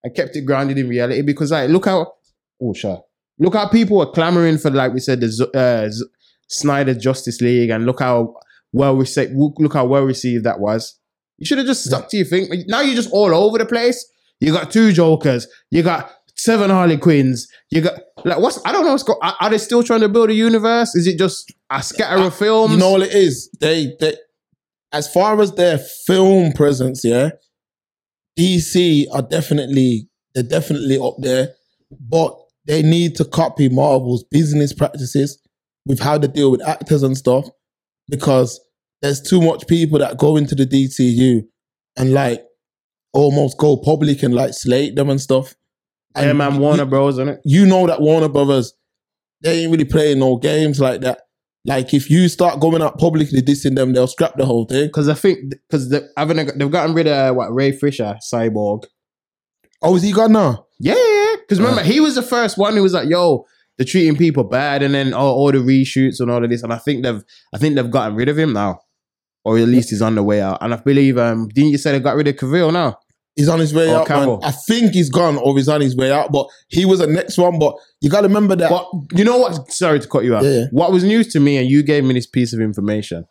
Speaker 4: and kept it grounded in reality. Because like, look how, oh sure, look how people were clamoring for, like we said, the Z- uh, Z- Snyder Justice League, and look how well received, look how well received that was. You should have just stuck to your thing. Now you're just all over the place. You got two Jokers. You got seven Harley Quinns. You got like what's I don't know what's going. Are, are they still trying to build a universe? Is it just a scatter of films?
Speaker 3: you know what it is. They they as far as their film presence, yeah, DC are definitely they're definitely up there, but they need to copy Marvel's business practices with how they deal with actors and stuff because there's too much people that go into the DCU and like almost go public and like slate them and stuff.
Speaker 4: yeah, man,
Speaker 3: you-
Speaker 4: Warner Bros. isn't it?
Speaker 3: you know that Warner Brothers, they ain't really playing no games like that. Like if you start going out publicly dissing them, they'll scrap the whole thing.
Speaker 4: Because I think because they haven't they've gotten rid of what Ray Fisher, Cyborg.
Speaker 3: Oh, is he gone now?
Speaker 4: Yeah, because remember he was the first one who was like, "Yo, they're treating people bad," and then oh, all the reshoots and all of this. And I think they've, I think they've gotten rid of him now, or at least he's on the way out. And I believe, um, didn't you say they got rid of Cavill now?
Speaker 3: He's on his way
Speaker 4: Oh,
Speaker 3: out, man.
Speaker 4: Campbell.
Speaker 3: I think he's gone or he's on his way out, but he was the next one. But you got to remember that.
Speaker 4: But you know what? Sorry to cut you off.
Speaker 3: Yeah, yeah.
Speaker 4: What was news to me, and you gave me this piece of information,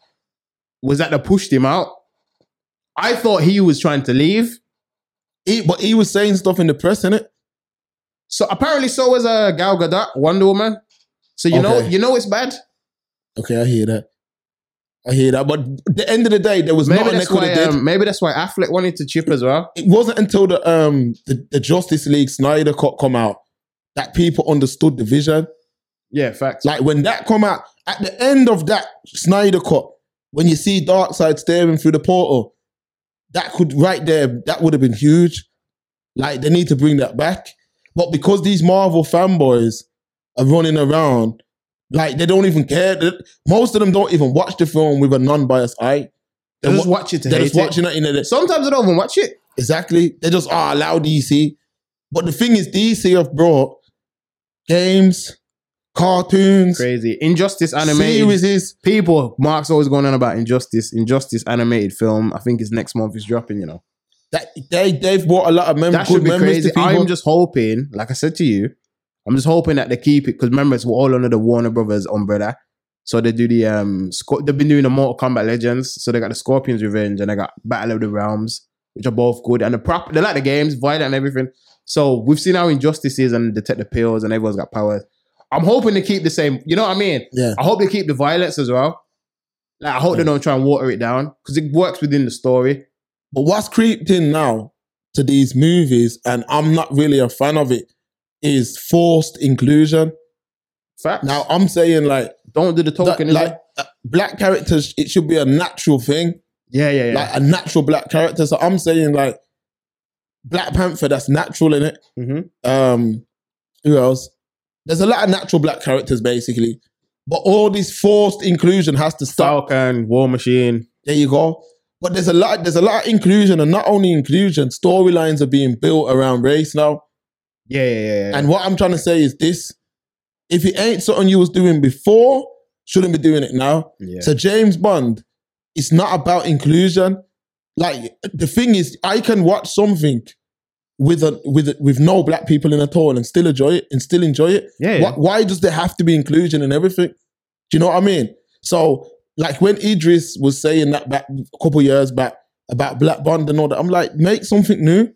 Speaker 4: was that they pushed him out. I thought he was trying to leave.
Speaker 3: He, but he was saying stuff in the press, innit?
Speaker 4: So apparently, so was uh, Gal Gadot, Wonder Woman. So you know,
Speaker 3: Okay.
Speaker 4: you know it's bad.
Speaker 3: Okay, I hear that. I hear that. But the end of the day, there was
Speaker 4: Maybe
Speaker 3: nothing they
Speaker 4: that's
Speaker 3: could
Speaker 4: why.
Speaker 3: have did.
Speaker 4: Um, maybe that's why Affleck wanted to chip as well.
Speaker 3: it wasn't until the um the, the Justice League Snyder Cut come out that people understood the vision.
Speaker 4: Yeah, facts.
Speaker 3: Like when that come out, at the end of that Snyder cut, when you see Darkseid staring through the portal, that could right there, that would have been huge. Like they need to bring that back. But because these Marvel fanboys are running around, like they don't even care. They- Most of them don't even watch the film with a non-biased eye.
Speaker 4: They
Speaker 3: They're,
Speaker 4: just
Speaker 3: wa-
Speaker 4: watch it to
Speaker 3: they're
Speaker 4: hate
Speaker 3: just
Speaker 4: it.
Speaker 3: watching it in the
Speaker 4: Sometimes I don't even watch it.
Speaker 3: Exactly. They just are allow DC. But the thing is, DC have brought games, cartoons,
Speaker 4: Crazy injustice animated
Speaker 3: series.
Speaker 4: people. Mark's always going on about injustice. Injustice animated film. I think it's next month. It's dropping. You know
Speaker 3: That they they've brought a lot of mem-
Speaker 4: that
Speaker 3: good
Speaker 4: should be
Speaker 3: memories
Speaker 4: crazy.
Speaker 3: to people.
Speaker 4: I'm just hoping, like I said to you, I'm just hoping that they keep it because remember it's all under the Warner Brothers umbrella. So they do the um Sco- they've been doing the Mortal Kombat Legends. So they got the Scorpion's Revenge and they got Battle of the Realms, which are both good and the prop they like the games, violent and everything. So we've seen how injustice is and detective pills and everyone's got powers. I'm hoping to keep the same. You know what I mean?
Speaker 3: Yeah.
Speaker 4: I hope they keep the violence as well. Like I hope they don't try and water it down because it works within the story.
Speaker 3: But what's creeped in now to these movies, and I'm not really a fan of it, is forced inclusion.
Speaker 4: Fact.
Speaker 3: Now I'm saying like,
Speaker 4: don't do the
Speaker 3: that-
Speaker 4: token.
Speaker 3: like uh, black characters, it should be a natural thing.
Speaker 4: yeah, yeah, yeah.
Speaker 3: like a natural black character. So I'm saying like Black Panther, that's natural in it.
Speaker 4: Mhm.
Speaker 3: Um, who else? There's a lot of natural black characters basically, but all this forced inclusion has to stop.
Speaker 4: Falcon, War Machine.
Speaker 3: There you go. But there's a lot. There's a lot of inclusion, and not only inclusion, storylines are being built around race now.
Speaker 4: Yeah, yeah, yeah. yeah.
Speaker 3: And what I'm trying to say is this: if it ain't something you was doing before, shouldn't be doing it now.
Speaker 4: yeah.
Speaker 3: So James Bond, it's not about inclusion. Like the thing is, I can watch something with a with a, with no black people in at all and still enjoy it and still enjoy it.
Speaker 4: yeah,
Speaker 3: Why,
Speaker 4: yeah.
Speaker 3: why does there have to be inclusion and everything? Do you know what I mean? So like when Idris was saying that back a couple years back about Black Bond and all that, I'm like, make something new,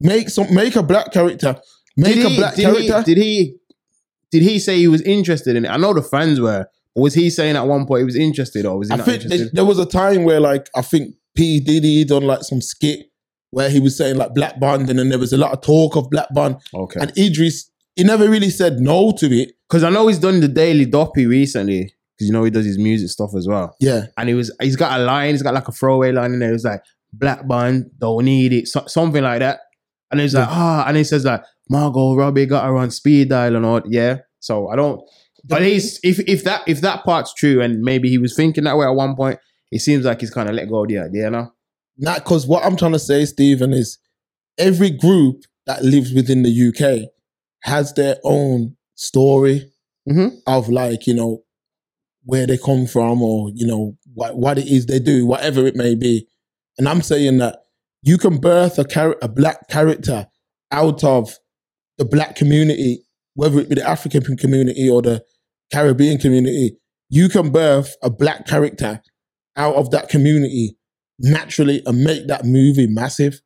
Speaker 3: make some make a black character, make a black
Speaker 4: did
Speaker 3: character.
Speaker 4: He, did he? Did he say he was interested in it? I know the fans were. But was he saying at one point he was interested, or was he
Speaker 3: I
Speaker 4: not
Speaker 3: think there,
Speaker 4: interested?
Speaker 3: there was a time where like I think P Diddy done like some skit where he was saying like Black Bond, and then there was a lot of talk of Black Bond,
Speaker 4: okay,
Speaker 3: and Idris he never really said no to it.
Speaker 4: because I know he's done the Daily Doppy recently. Because you know he does his music stuff as well.
Speaker 3: Yeah,
Speaker 4: and he was he's got a line, he's got like a throwaway line in there. It was like black bun, don't need it, so, something like that. And he's like, ah, and he says like Margot Robbie got her on speed dial and all. Yeah, so I don't. But he's if if that if that part's true, and maybe he was thinking that way at one point. It seems like he's kind of let go of the idea now.
Speaker 3: not because what I'm trying to say, Stephen, is every group that lives within the UK has their own story
Speaker 4: Mhm.
Speaker 3: of like you know where they come from or you know what what it is they do, whatever it may be. And I'm saying that you can birth a char- a black character out of the black community, whether it be the African community or the Caribbean community. You can birth a black character out of that community naturally and make that movie massive.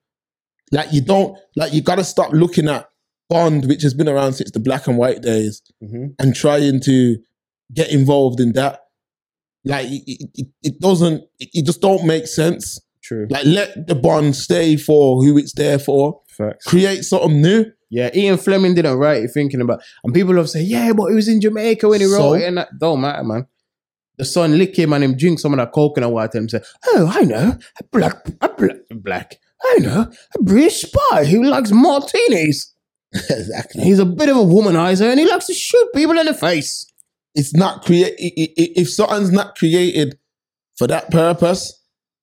Speaker 3: Like you don't like you gotta stop looking at Bond, which has been around since the black and white days,
Speaker 4: Mhm.
Speaker 3: and trying to get involved in that. Like it, it- it, it doesn't, it, it just don't make sense.
Speaker 4: True
Speaker 3: Like let the Bond stay for who it's there for.
Speaker 4: facts.
Speaker 3: Create something new.
Speaker 4: Yeah, Ian Fleming didn't write it thinking about, and people have said, yeah, but he was in Jamaica when he wrote
Speaker 3: So?
Speaker 4: it, and that don't matter, man. The son lick him and him drink some of that coconut water and say, oh, I know, a black, a black, black, I know, a British spy who likes martinis.
Speaker 3: exactly.
Speaker 4: He's a bit of a womanizer and he likes to shoot people in the face.
Speaker 3: It's not create. i- i- i- If something's not created for that purpose,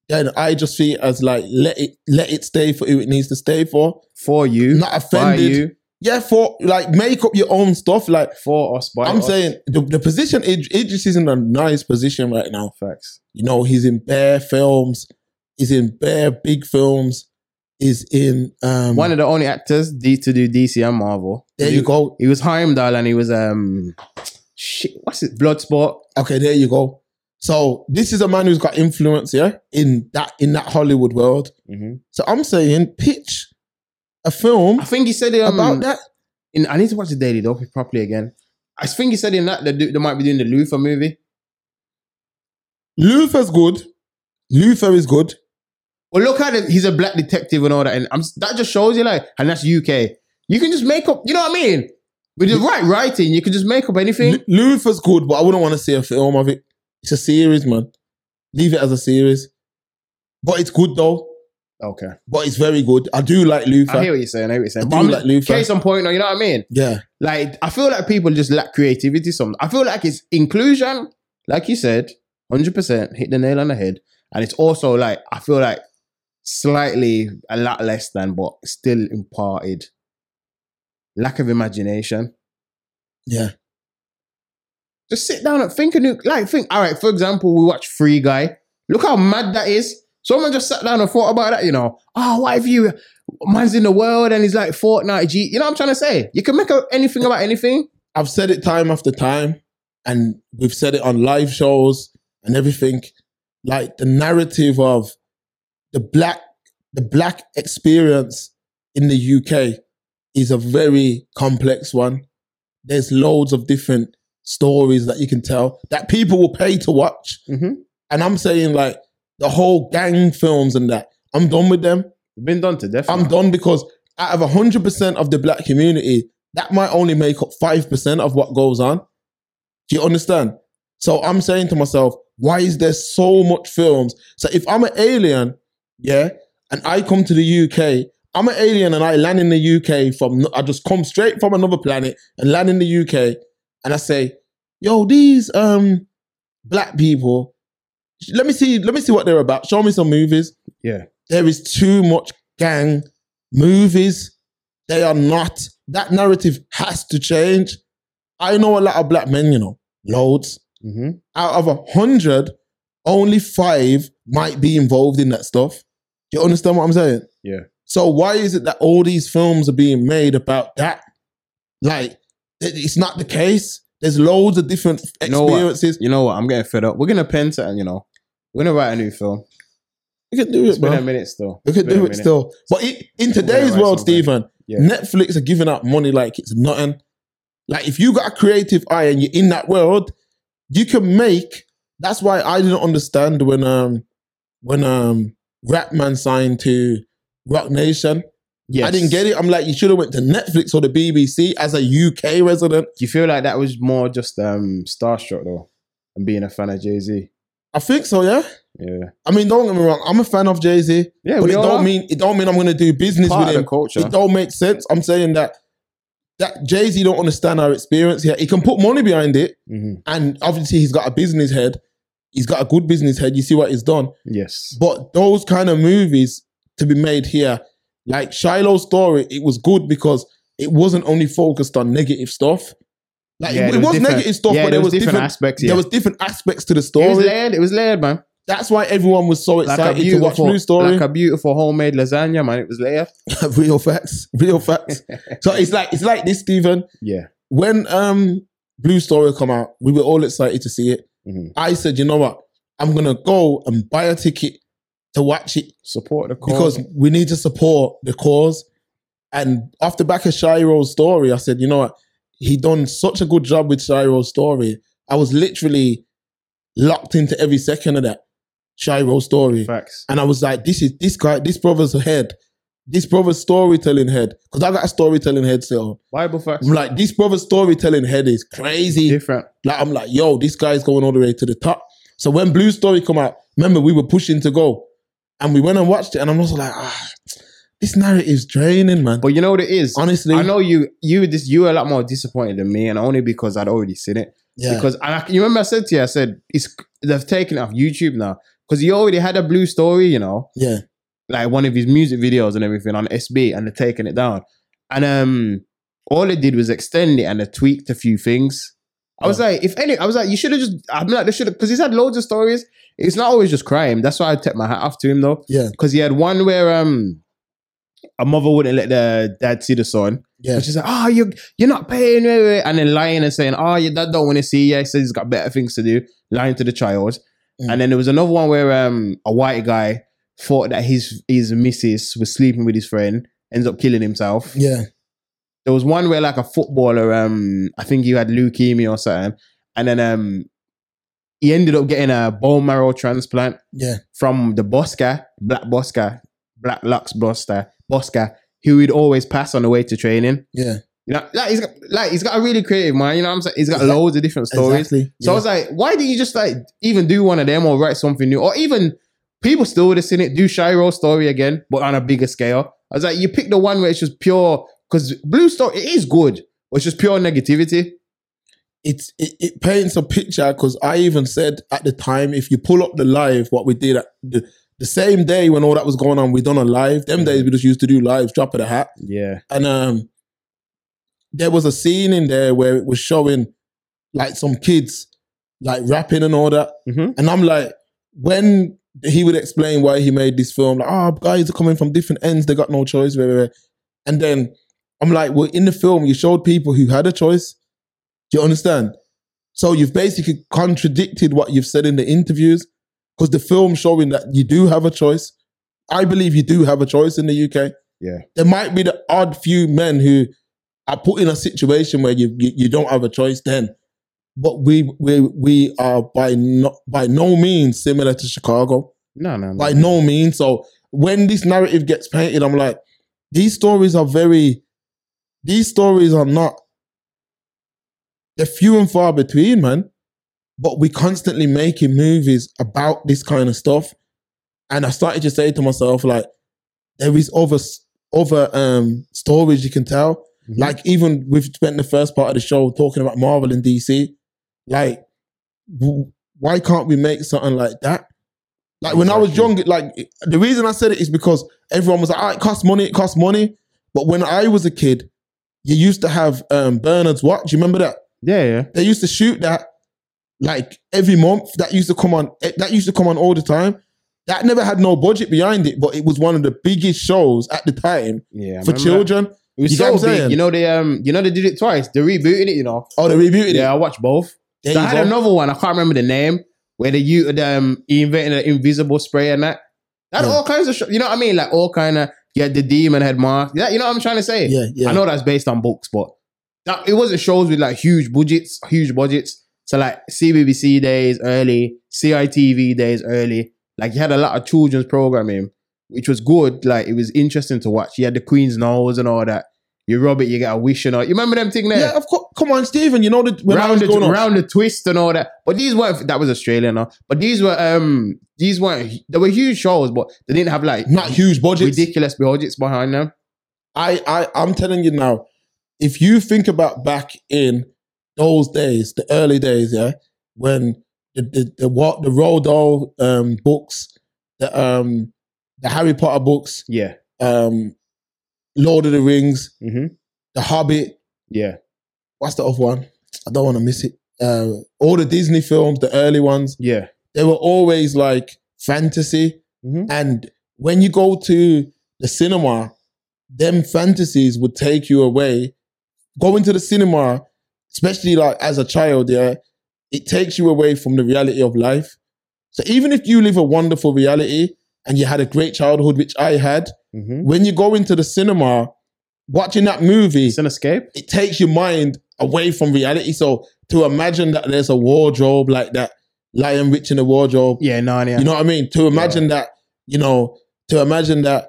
Speaker 3: then I just see it as like let it let it stay for who it needs to stay for.
Speaker 4: For you,
Speaker 3: Not
Speaker 4: by
Speaker 3: offended.
Speaker 4: you,
Speaker 3: Yeah, for like make up your own stuff. Like
Speaker 4: for us, by
Speaker 3: I'm
Speaker 4: us.
Speaker 3: saying, the, the position Id- Idris is in a nice position right now.
Speaker 4: facts.
Speaker 3: You know, he's in bare films, he's in bare big films, he's in um.
Speaker 4: One of the only actors D- to do DC and Marvel.
Speaker 3: there
Speaker 4: he,
Speaker 3: you go.
Speaker 4: He was Heimdall and he was, um, shit, what's it, Bloodsport.
Speaker 3: Okay, there you go. So this is a man who's got influence, yeah, in that in that Hollywood world.
Speaker 4: Mhm.
Speaker 3: So I'm saying, pitch a film
Speaker 4: I think he said um,
Speaker 3: about that.
Speaker 4: in I need to watch the Daily Dopey properly again. I think he said in that they, do, they might be doing the Luther movie.
Speaker 3: Luther's good. Luther is good.
Speaker 4: Well, look at it. He's a black detective and all that, and I'm, s- that just shows you like, and that's UK. You can just make up. You know what I mean? With the right writing, you can just make up anything.
Speaker 3: L- Luther's good, but I wouldn't want to see a film of it. It's a series, man. Leave it as a series. But it's good though.
Speaker 4: Okay,
Speaker 3: But it's very good. I do like
Speaker 4: I hear
Speaker 3: Luther.
Speaker 4: what you're saying. I hear what you're saying.
Speaker 3: I
Speaker 4: But
Speaker 3: do
Speaker 4: I'm
Speaker 3: like Luther.
Speaker 4: Case on point, though, you know what I mean?
Speaker 3: Yeah.
Speaker 4: Like, I feel like people just lack creativity. Some, I feel like it's inclusion, like you said, hundred percent hit the nail on the head, and it's also like I feel like slightly a lot less than, but still imparted. Lack of imagination.
Speaker 3: Yeah.
Speaker 4: Just sit down and think. A new, like, think. All right. For example, we watch Free Guy. Look how mad that is. Someone just sat down and thought about that. You know, oh, what if you? man's in the world and he's like Fortnite G. You know what I'm trying to say? You can make up anything about anything.
Speaker 3: I've said it time after time, and we've said it on live shows and everything. Like the narrative of the black the black experience in the UK is a very complex one. There's loads of different stories that you can tell that people will pay to watch.
Speaker 4: Mhm.
Speaker 3: And I'm saying like the whole gang films and that. I'm done with them.
Speaker 4: Been done to death.
Speaker 3: I'm done because out of 100% of the black community, that might only make up 5% of what goes on. Do you understand? So I'm saying to myself, why is there so much films? So if I'm an alien, yeah, and I come to the UK, I'm an alien and I land in the UK from, I just come straight from another planet and land in the UK and I say, yo, these um black people, let me see, let me see what they're about. Show me some movies.
Speaker 4: Yeah.
Speaker 3: There is too much gang movies. They are not. That narrative has to change. I know a lot of black men, you know, loads.
Speaker 4: hmm
Speaker 3: Out of a hundred, only five might be involved in that stuff. Do you understand what I'm saying?
Speaker 4: Yeah.
Speaker 3: So why is it that all these films are being made about that? Like, it- it's not the case. There's loads of different
Speaker 4: You know what?
Speaker 3: experiences.
Speaker 4: You know what? I'm getting fed up. We're gonna pen it and you know, we're gonna write a new film.
Speaker 3: We can do
Speaker 4: It's
Speaker 3: it,
Speaker 4: been a
Speaker 3: man.
Speaker 4: minute still.
Speaker 3: We
Speaker 4: It's
Speaker 3: can
Speaker 4: been
Speaker 3: do
Speaker 4: a
Speaker 3: it
Speaker 4: minute.
Speaker 3: still. But it, in
Speaker 4: gonna
Speaker 3: today's
Speaker 4: write
Speaker 3: world,
Speaker 4: something.
Speaker 3: Stephen,
Speaker 4: Yeah.
Speaker 3: Netflix are giving out money like it's nothing. Like if you got a creative eye and you're in that world, you can make. That's why I didn't understand when um when um Rapman signed to Rock Nation.
Speaker 4: Yes.
Speaker 3: I didn't get it. I'm like, you should have went to Netflix or the BBC as a UK resident.
Speaker 4: Do you feel like that was more just um starstruck though, and being a fan of Jay Z?
Speaker 3: I think so. Yeah.
Speaker 4: Yeah.
Speaker 3: I mean, don't get me wrong. I'm a fan of Jay Z,
Speaker 4: Yeah.
Speaker 3: but
Speaker 4: we
Speaker 3: it
Speaker 4: all
Speaker 3: don't
Speaker 4: are.
Speaker 3: mean it don't mean I'm going to do business
Speaker 4: part
Speaker 3: with
Speaker 4: of
Speaker 3: him.
Speaker 4: the culture.
Speaker 3: It don't make sense. I'm saying that that Jay Z don't understand our experience here. He can put money behind it,
Speaker 4: hmm
Speaker 3: and obviously he's got a business head. He's got a good business head. You see what he's done.
Speaker 4: Yes.
Speaker 3: But those kind of movies to be made here, like Shiloh's story, it was good because it wasn't only focused on negative stuff. Like
Speaker 4: Yeah,
Speaker 3: it,
Speaker 4: there
Speaker 3: it was
Speaker 4: different-
Speaker 3: negative stuff,
Speaker 4: yeah,
Speaker 3: but there was different.
Speaker 4: aspects. Yeah.
Speaker 3: there was different aspects to the
Speaker 4: it was
Speaker 3: story.
Speaker 4: layered. It was layered, man.
Speaker 3: That's why everyone was so
Speaker 4: Like
Speaker 3: excited
Speaker 4: a
Speaker 3: to watch
Speaker 4: beautiful,
Speaker 3: New Story.
Speaker 4: like a beautiful homemade lasagna, man. It was layered.
Speaker 3: [laughs] real facts, real
Speaker 4: [laughs]
Speaker 3: facts. so it's like it's like this, Stephen.
Speaker 4: Yeah.
Speaker 3: when um Blue Story come out, we were all excited to see it.
Speaker 4: Mhm.
Speaker 3: I said, you know what? I'm gonna go and buy a ticket to watch it
Speaker 4: Support the cause.
Speaker 3: because we need to support the cause. And off the back of Shiro's story, I said, you know what? He done such a good job with Shiro's story. I was literally locked into every second of that Shiro story.
Speaker 4: facts.
Speaker 3: And I was like, this is this guy, this brother's head, this brother's storytelling head. Because I got a storytelling head still.
Speaker 4: Bible facts.
Speaker 3: I'm like, this brother's storytelling head is crazy.
Speaker 4: Different.
Speaker 3: Like, I'm like, yo, this guy's going all the way to the top. So when Blue Story come out, remember we were pushing to go, and we went and watched it, and I'm also like, ah, this narrative's draining, man.
Speaker 4: But you know what it is.
Speaker 3: Honestly,
Speaker 4: I know you. You this. You were a lot more disappointed than me, and only because I'd already seen it.
Speaker 3: yeah,
Speaker 4: Because and I, you remember I said to you, I said it's they've taken it off YouTube now because you already had a blue story, you know,
Speaker 3: yeah,
Speaker 4: like one of his music videos and everything on SB, and they're taking it down. And um, all they did was extend it and they tweaked a few things. I was like, if any, I was like, you should have just. I'm like, they should have because he's had loads of stories. It's not always just crime. That's why I take my hat off to him though,
Speaker 3: yeah,
Speaker 4: because he had one where um, a mother wouldn't let their dad see the son.
Speaker 3: yeah,
Speaker 4: And she's like, oh, you you're not paying, wait, wait," and then lying and saying, oh, your dad don't want to see you. He says he's got better things to do, lying to the child.
Speaker 3: Mm.
Speaker 4: And then there was another one where um a white guy thought that his his missus was sleeping with his friend, ends up killing himself.
Speaker 3: yeah,
Speaker 4: There was one where like a footballer, um, I think he had leukemia or something, and then um he ended up getting a bone marrow transplant
Speaker 3: yeah,
Speaker 4: from the Bosca, black Bosca, black Lux Bosca, Bosca, who would always pass on the way to training.
Speaker 3: yeah.
Speaker 4: You know, like he's got, like he's got a really creative mind. You know what I'm saying? He's got
Speaker 3: Exact-
Speaker 4: loads of different stories.
Speaker 3: Exactly.
Speaker 4: So I was like, why didn't you just like even do one of them or write something new? Or even people still would have seen it. Do Shiro's story again, but on a bigger scale. I was like, you pick the one where it's just pure because Blue Story it is good, but it's just pure negativity.
Speaker 3: it's it, it paints a picture because I even said at the time, if you pull up the live, what we did at the, the same day when all that was going on, we done a live. Them days we just used to do lives, drop of the hat,
Speaker 4: Yeah,
Speaker 3: and um, there was a scene in there where it was showing like some kids like rapping and all that,
Speaker 4: Mhm.
Speaker 3: and I'm like, when he would explain why he made this film. Like, oh, guys are coming from different ends; they got no choice. Blah, blah, blah. And then I'm like, well, in the film, you showed people who had a choice. Do you understand? So you've basically contradicted what you've said in the interviews because the film showing that you do have a choice. I believe you do have a choice in the UK.
Speaker 4: Yeah.
Speaker 3: There might be the odd few men who are put in a situation where you you, you don't have a choice then. But we we we are by no, by no means similar to Chicago.
Speaker 4: No, no, no.
Speaker 3: By no means. So when this narrative gets painted, I'm like, these stories are very these stories are not they're few and far between, man. But we constantly making movies about this kind of stuff. And I started to say to myself, like, there is other s- other um stories you can tell.
Speaker 4: Mhm.
Speaker 3: Like, even we've spent the first part of the show talking about Marvel and DC. Like, w- why can't we make something like that? Like when I was
Speaker 4: Exactly.
Speaker 3: young, it- like it- the reason I said it is because everyone was like, "Ah, it costs money, it costs money. But when I was a kid, you used to have um, Bernard's watch. You remember that?
Speaker 4: yeah, yeah.
Speaker 3: They used to shoot that like every month. That used to come on. eh, That used to come on all the time. That never had no budget behind it, but it was one of the biggest shows at the time
Speaker 4: Yeah. I
Speaker 3: for
Speaker 4: remember that.
Speaker 3: children.
Speaker 4: It was
Speaker 3: You get
Speaker 4: so
Speaker 3: what I'm
Speaker 4: big.
Speaker 3: saying?
Speaker 4: You know they um you know they did it twice. They rebooted it, you know.
Speaker 3: Oh, they rebooted
Speaker 4: Yeah,
Speaker 3: it.
Speaker 4: I watched both.
Speaker 3: There
Speaker 4: So I
Speaker 3: you
Speaker 4: had
Speaker 3: go.
Speaker 4: another one, I can't remember the name, where they you um he invented an invisible spray and that. That
Speaker 3: Yeah.
Speaker 4: all kinds of sh- you know what I mean? Like all kind of yeah, the demon head mask. Yeah, you know what I'm trying to say?
Speaker 3: Yeah, yeah.
Speaker 4: I know that's based on books, but that it wasn't shows with like huge budgets, huge budgets. So like CBBC days early, CITV days early. Like you had a lot of children's programming, which was good. Like it was interesting to watch. You had the Queen's nose and all that. You rub it, you get a wish and all. You remember them thing there?
Speaker 3: Yeah, of course. Come on, Stephen. You know that when I
Speaker 4: round
Speaker 3: was
Speaker 4: the
Speaker 3: growing up-
Speaker 4: round the twist and all that. But these weren't that was Australian, huh? but these were um these weren't they were huge shows, but they didn't have like
Speaker 3: not huge budgets.
Speaker 4: ridiculous budgets behind them.
Speaker 3: I, I, I'm telling you now, if you think about back in those days, the early days, yeah, when the the, the what the Roald Dahl um, books, the um the Harry Potter books,
Speaker 4: Yeah,
Speaker 3: um, Lord of the Rings,
Speaker 4: Mhm.
Speaker 3: The Hobbit,
Speaker 4: yeah,
Speaker 3: what's the other one? I don't want to miss it. Uh, all the Disney films, the early ones,
Speaker 4: yeah.
Speaker 3: they were always like fantasy.
Speaker 4: Mhm.
Speaker 3: And when you go to the cinema, them fantasies would take you away. Going to the cinema, especially like as a child, yeah, it takes you away from the reality of life. So even if you live a wonderful reality and you had a great childhood, which I had,
Speaker 4: Mm-hmm.
Speaker 3: when you go into the cinema, watching that movie,
Speaker 4: It's an escape.
Speaker 3: it takes your mind away from reality. So to imagine that there's a wardrobe like that, Lion Rich in a wardrobe,
Speaker 4: Yeah, Narnia.
Speaker 3: you know what I mean? To imagine that, you know, to imagine that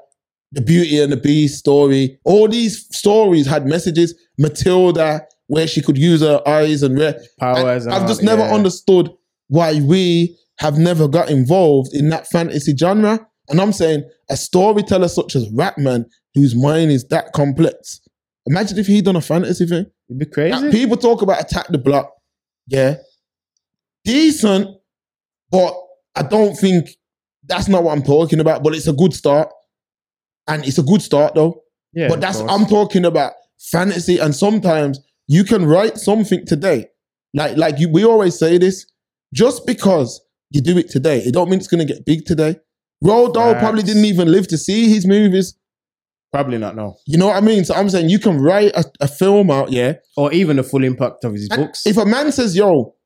Speaker 3: the Beauty and the Beast story, all these stories had messages. Matilda, where she could use her eyes and where
Speaker 4: powers.
Speaker 3: I,
Speaker 4: and
Speaker 3: have
Speaker 4: all
Speaker 3: just
Speaker 4: that,
Speaker 3: never
Speaker 4: yeah.
Speaker 3: understood why we have never got involved in that fantasy genre. And I'm saying a storyteller such as Ratman, whose mind is that complex. Imagine if he done a fantasy thing.
Speaker 4: It'd be
Speaker 3: Like,
Speaker 4: crazy.
Speaker 3: people talk about attack the block. Yeah. Decent, but I don't think that's not what I'm talking about. But it's a good start. And it's a good start though.
Speaker 4: yeah,
Speaker 3: But
Speaker 4: of
Speaker 3: that's
Speaker 4: course.
Speaker 3: I'm talking about fantasy, and sometimes you can write something today. Like like you, we always say this: just because you do it today, it don't mean it's gonna get big today. Roald Dahl probably
Speaker 4: Facts.
Speaker 3: didn't even live to see his movies.
Speaker 4: probably not no,
Speaker 3: You know what I mean? So I'm saying you can write a, a film out, yeah.
Speaker 4: or even the full impact of his
Speaker 3: And
Speaker 4: books.
Speaker 3: If a man says, "Yo,"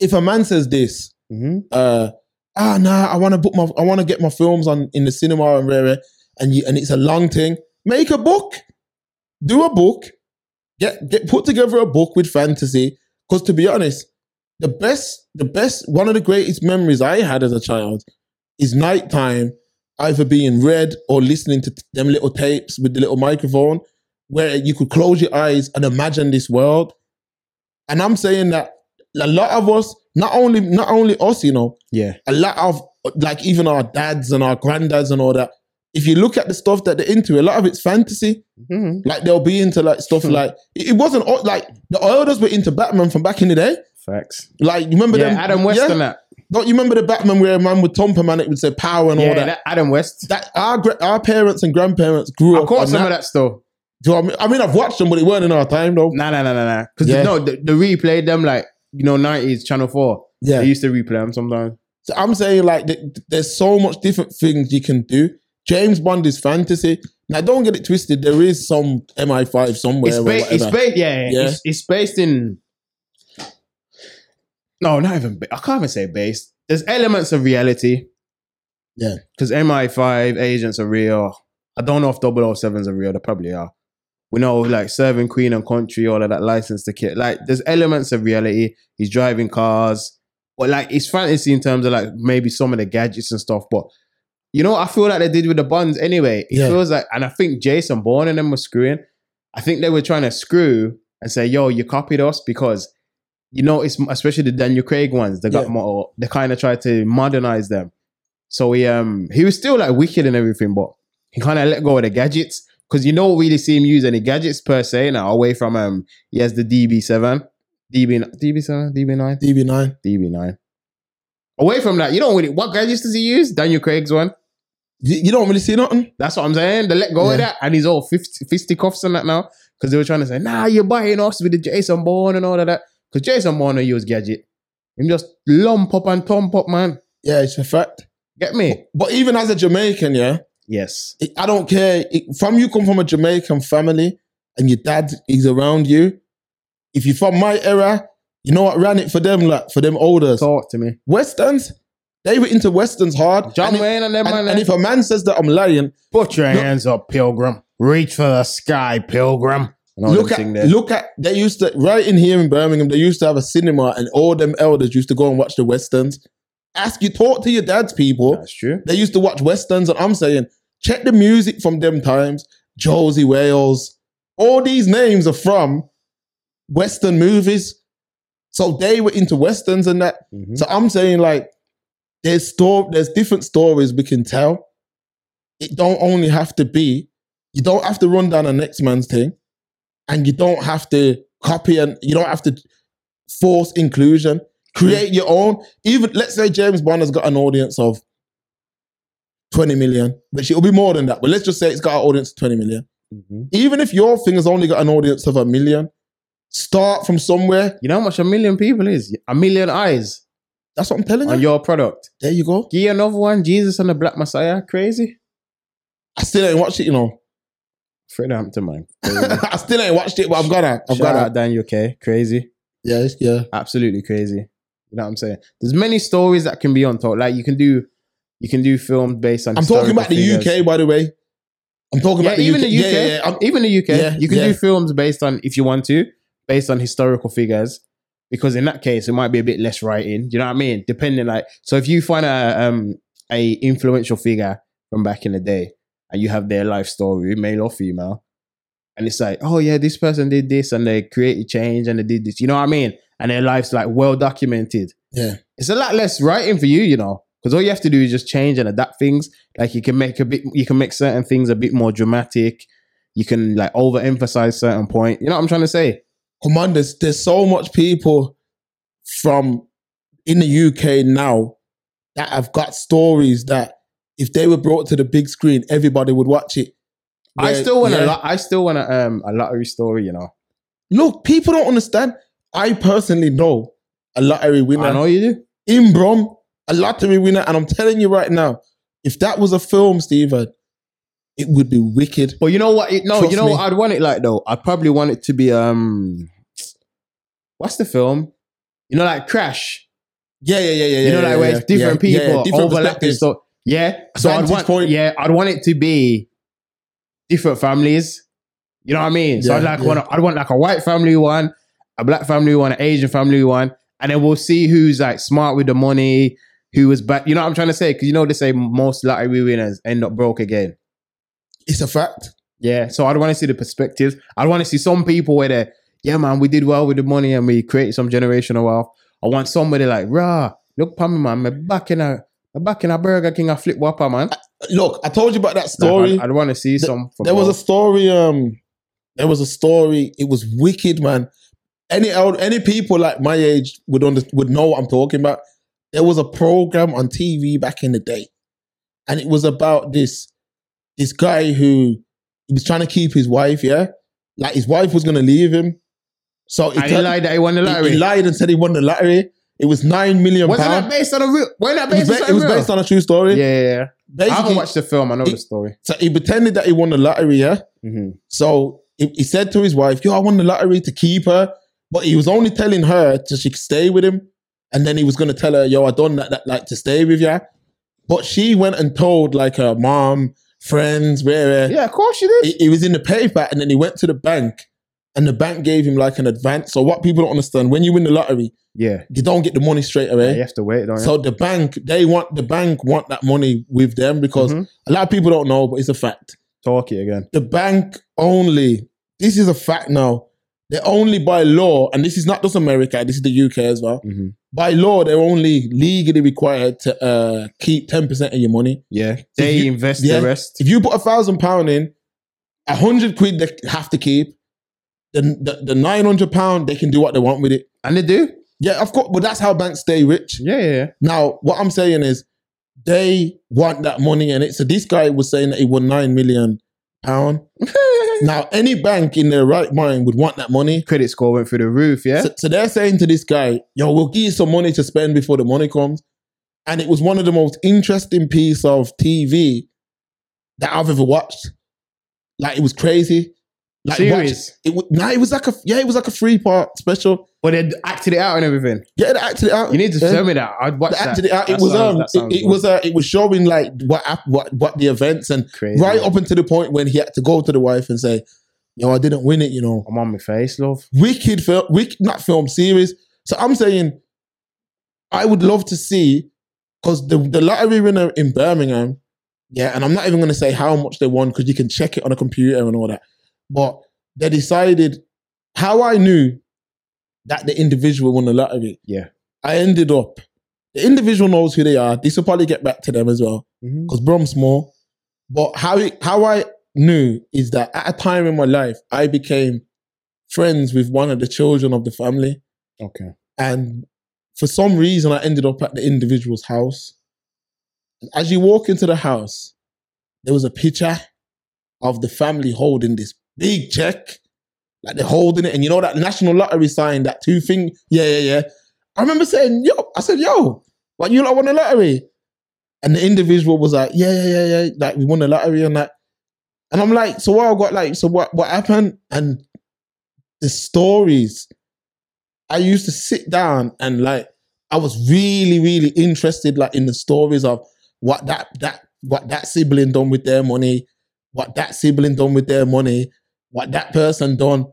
Speaker 3: if a man says this,
Speaker 4: hmm
Speaker 3: uh, ah, nah, I want to book my, I want to get my films on in the cinema and rare, and you, and it's a long thing. Make a book, do a book, get get put together a book with fantasy. Because to be honest, the best, the best, one of the greatest memories I had as a child is nighttime, either being read or listening to t- them little tapes with the little microphone, where you could close your eyes and imagine this world. And I'm saying that a lot of us, not only not only us, you know,
Speaker 4: Yeah,
Speaker 3: a lot of like even our dads and our granddads and all that. If you look at the stuff that they're into, a lot of it's fantasy.
Speaker 4: hmm
Speaker 3: Like they'll be into like stuff
Speaker 4: Hmm.
Speaker 3: like it it wasn't all- like the Oilers were into Batman from back in the day.
Speaker 4: facts.
Speaker 3: Like you remember
Speaker 4: yeah,
Speaker 3: them,
Speaker 4: Adam West
Speaker 3: Yeah?
Speaker 4: and that.
Speaker 3: Don't you remember the Batman where a man would thump a man? It would say power and
Speaker 4: yeah,
Speaker 3: all that. that.
Speaker 4: that Adam West.
Speaker 3: our gra- our parents and grandparents grew
Speaker 4: I
Speaker 3: up. On
Speaker 4: caught some
Speaker 3: that.
Speaker 4: of that stuff.
Speaker 3: Do you know what I mean? I mean, I've watched them, but it weren't in our time though.
Speaker 4: Nah, nah, nah, nah, nah. Because
Speaker 3: Yeah.
Speaker 4: no, the, the replay them like you know nineties Channel Four.
Speaker 3: Yeah,
Speaker 4: They used to replay them sometimes.
Speaker 3: So I'm saying like th- th- there's so much different things you can do. James Bond is fantasy. Now don't get it twisted. There is some MI5 somewhere.
Speaker 4: It's,
Speaker 3: or
Speaker 4: ba- it's
Speaker 3: whatever.
Speaker 4: based, yeah,
Speaker 3: Yeah.
Speaker 4: It's, it's based in. No, not even. Ba- I can't even say based. There's elements of reality.
Speaker 3: Yeah.
Speaker 4: because MI5 agents are real. I don't know if 007s are real. They probably are. We know like serving Queen and Country, all of that license to kill. Like there's elements of reality. He's driving cars, but like it's fantasy in terms of like maybe some of the gadgets and stuff. But you know, I feel like they did with the Bonds anyway. It
Speaker 3: Yeah.
Speaker 4: feels like, and I think Jason Bourne and them were screwing. I think they were trying to screw and say, "Yo, you copied us," because you know, it's especially the Daniel Craig ones. They got
Speaker 3: Yeah.
Speaker 4: more. They kind of tried to modernize them. So he um he was still like wicked and everything, but he kind of let go of the gadgets because you don't really see him use any gadgets per se now. Away from um, he has the DB7, DB DB7, DB9,
Speaker 3: DB9.
Speaker 4: DB9. Away from that, you don't really what gadgets does he use? Daniel Craig's one.
Speaker 3: You, you don't really see nothing.
Speaker 4: That's what I'm saying. They let go of
Speaker 3: Yeah.
Speaker 4: that, and he's all fist, fisticuffs and that now because they were trying to say, "Nah, you're buying us with the Jason Bourne and all of that." Because Jason Bourne don't use gadget, him just lump up and thump up, man.
Speaker 3: Yeah, it's a fact.
Speaker 4: Get me?
Speaker 3: But even as a Jamaican, yeah,
Speaker 4: Yes.
Speaker 3: it- I don't care. It, from you come from a Jamaican family and your dad is around you. If you're from my era, you know what ran it for them, like for them older
Speaker 4: Talk to me,
Speaker 3: Westerns. They were into Westerns hard.
Speaker 4: John
Speaker 3: and, if,
Speaker 4: Wayne and them
Speaker 3: and-
Speaker 4: man. eh?
Speaker 3: and if a man says that I'm lying,
Speaker 4: Put your hands up, pilgrim. Reach for the sky, pilgrim.
Speaker 3: look at look at they used to right in here in Birmingham, they used to have a cinema and all them elders used to go and watch the Westerns. Ask you talk to your dad's people.
Speaker 4: That's true.
Speaker 3: They used to watch westerns, and I'm saying, check the music from them times. Josie Wales, all these names are from western movies. So they were into westerns and that.
Speaker 4: Mhm.
Speaker 3: So I'm saying, like, there's store, there's different stories we can tell. It don't only have to be. You don't have to run down the next man's thing, and you don't have to copy, and you don't have to force inclusion. Create your own. Even let's say James Bond has got an audience of 20 million, which it'll be more than that. But let's just say it's got an audience of 20 million.
Speaker 4: Mhm.
Speaker 3: Even if your thing has only got an audience of a million, start from somewhere.
Speaker 4: You know how much a million people is? A million eyes
Speaker 3: That's what I'm telling you.
Speaker 4: on your product.
Speaker 3: there you go.
Speaker 4: Give you another one, Jesus and the Black Messiah. Crazy.
Speaker 3: I still ain't watched it, you know.
Speaker 4: Fred
Speaker 3: [laughs]
Speaker 4: Hampton, man. Crazy.
Speaker 3: I still ain't watched it, but I've got to. I've
Speaker 4: Shout
Speaker 3: got
Speaker 4: out
Speaker 3: to.
Speaker 4: Daniel K. Crazy.
Speaker 3: Yeah, it's- yeah.
Speaker 4: Absolutely crazy. You know what I'm saying? There's many stories that can be on top. Like you can do, you can do films based on.
Speaker 3: I'm talking
Speaker 4: historical
Speaker 3: about the
Speaker 4: figures.
Speaker 3: UK, by the way. I'm talking
Speaker 4: Yeah,
Speaker 3: about the
Speaker 4: even
Speaker 3: UK.
Speaker 4: the UK,
Speaker 3: Yeah, yeah, yeah. I'm-
Speaker 4: Um, even the UK,
Speaker 3: Yeah,
Speaker 4: you can
Speaker 3: yeah.
Speaker 4: do films based on if you want to, based on historical figures, because in that case it might be a bit less writing. Do you know what I mean? Depending, like, so if you find a um a influential figure from back in the day and you have their life story, male or female, and it's like, oh yeah, this person did this and they created change and they did this. You know what I mean? And their life's like well documented.
Speaker 3: Yeah.
Speaker 4: it's a lot less writing for you, you know. Because all you have to do is just change and adapt things. Like you can make a bit, you can make certain things a bit more dramatic. You can like overemphasize certain point. You know what I'm trying to say?
Speaker 3: come on, there's, there's so much people from in the UK now that have got stories that if they were brought to the big screen, everybody would watch it.
Speaker 4: I
Speaker 3: Where-
Speaker 4: still want
Speaker 3: yeah.
Speaker 4: a lot. I still want a um a lottery story. You know?
Speaker 3: Look, people don't understand. I personally know a lottery winner
Speaker 4: I know you do.
Speaker 3: in Brom, a lottery winner, and I'm telling you right now, if that was a film, Steven, it would be wicked.
Speaker 4: But you know what? It, no,
Speaker 3: Trust
Speaker 4: you know
Speaker 3: me.
Speaker 4: what I'd want it like though. I'd probably want it to be um, what's the film? You know, like Crash.
Speaker 3: Yeah, yeah, yeah, yeah.
Speaker 4: you know,
Speaker 3: yeah,
Speaker 4: like
Speaker 3: yeah,
Speaker 4: where
Speaker 3: yeah,
Speaker 4: it's different
Speaker 3: yeah,
Speaker 4: people
Speaker 3: yeah, different
Speaker 4: overlapping.
Speaker 3: perspectives.
Speaker 4: So yeah, so I'd
Speaker 3: Vantage
Speaker 4: want
Speaker 3: point.
Speaker 4: yeah, I'd want it to be different families. You know what I mean? So
Speaker 3: Yeah,
Speaker 4: I'd like
Speaker 3: yeah.
Speaker 4: want I'd want like a white family one, a black family one, an Asian family one, and then we'll see who's like smart with the money, who was bad. You know what I'm trying to say? Because you know they say most lottery winners end up broke again.
Speaker 3: It's a fact.
Speaker 4: Yeah, so I'd want to see the perspectives. I'd want to see some people where they're, yeah, man, we did well with the money and we created some generational wealth. I want somebody like, rah, look, Pammy, man, me back in a, me back in a Burger King, a flip whopper, man.
Speaker 3: Look, I told you about that story.
Speaker 4: Like, I'd, want to see some. from
Speaker 3: There was a
Speaker 4: both.
Speaker 3: story. Um, there was a story. It was wicked, man. Any old, any people like my age would under, would know what I'm talking about. There was a program on TV back in the day, and it was about this this guy who he was trying to keep his wife. Yeah, like his wife was gonna leave him, so he
Speaker 4: and he
Speaker 3: turned-
Speaker 4: lied that he won the
Speaker 3: he-
Speaker 4: lottery.
Speaker 3: he lied and said he won the lottery. It was nine million
Speaker 4: Wasn't that
Speaker 3: pounds.
Speaker 4: based on a real? Wasn't that
Speaker 3: It was, ba-
Speaker 4: based on
Speaker 3: it
Speaker 4: something
Speaker 3: was
Speaker 4: real?
Speaker 3: based on a true story.
Speaker 4: yeah, yeah, yeah. I haven't
Speaker 3: Basically,
Speaker 4: watched the film. I know the
Speaker 3: it-
Speaker 4: story.
Speaker 3: so he Mm-hmm. pretended that he won the lottery. Yeah.
Speaker 4: Mhm.
Speaker 3: So he, he said to his wife, "Yo, I won the lottery to keep her," but he was only telling her to she could stay with him, and then he was gonna tell her, "Yo, I done that, that like to stay with you," but she went and told like her mom, friends, where
Speaker 4: Yeah, of course you did.
Speaker 3: he, he was in the paper, and then he went to the bank, and the bank gave him like an advance. So what people don't understand when you win the lottery,
Speaker 4: Yeah,
Speaker 3: you don't get the money straight away.
Speaker 4: you have to wait, don't you?
Speaker 3: So the bank, they want the bank want that money with them because
Speaker 4: Mhm.
Speaker 3: a lot of people don't know, but it's a fact.
Speaker 4: Talk it again.
Speaker 3: The bank only, this is a fact now. They only by law, and this is not just America, this is the UK as well.
Speaker 4: Mhm.
Speaker 3: By law, they're only legally required to uh, keep ten percent of your money.
Speaker 4: Yeah, they
Speaker 3: you-
Speaker 4: invest
Speaker 3: yeah.
Speaker 4: the rest.
Speaker 3: If you put a thousand pound in, a hundred quid they have to keep. The the, the nine hundred pound they can do what they want with it.
Speaker 4: And they do.
Speaker 3: Yeah, of course, but that's how banks stay rich.
Speaker 4: Yeah, yeah, yeah.
Speaker 3: Now, what I'm saying is they want that money in it. So this guy was saying that he won nine million pound. [laughs] now, any bank in their right mind would want that money.
Speaker 4: Credit score went through the roof. Yeah,
Speaker 3: So, so they're saying to this guy, "Yo, we'll give you some money to spend before the money comes." And it was one of the most interesting piece of TV that I've ever watched. Like it was crazy. Like watch-
Speaker 4: serious.
Speaker 3: it was, nah, it was like a yeah, it was like a three part special.
Speaker 4: But they acted it out and everything.
Speaker 3: Yeah, they acted it out.
Speaker 4: You need to
Speaker 3: Yeah.
Speaker 4: tell me that. I'd watch
Speaker 3: They
Speaker 4: that.
Speaker 3: acted it out. It
Speaker 4: That
Speaker 3: was
Speaker 4: sounds-
Speaker 3: um,
Speaker 4: that sounds
Speaker 3: it, it
Speaker 4: good.
Speaker 3: was uh, it was showing like what hap- what what the events and
Speaker 4: crazy.
Speaker 3: right up until the point when he had to go to the wife and say, "Yo, I didn't win it," you know.
Speaker 4: I'm on my face, love.
Speaker 3: Wicked film, wicked not film series. So I'm saying, I would love to see because the the lottery winner in Birmingham, yeah, and I'm not even going to say how much they won because you can check it on a computer and all that. But they decided how I knew that the individual won the lottery.
Speaker 4: Yeah.
Speaker 3: I ended up. The individual knows who they are. This will probably get back to them as well
Speaker 4: Mhm.
Speaker 3: because Brom's small. But how it, how I knew is that at a time in my life, I became friends with one of the children of the family,
Speaker 4: Okay.
Speaker 3: and for some reason, I ended up at the individual's house. And as you walk into the house, there was a picture of the family holding this big check, like they're holding it, and you know that national lottery sign, that two thing, yeah, yeah, yeah. I remember saying, "Yo," I said, "Yo, what you lot won the lottery?" And the individual was like, yeah, yeah, yeah, yeah. Like we won the lottery and that. And I'm like, so what I got like, so what what happened? And the stories. I used to sit down and like I was really, really interested like in the stories of what that that what that sibling done with their money, what that sibling done with their money, what that person done.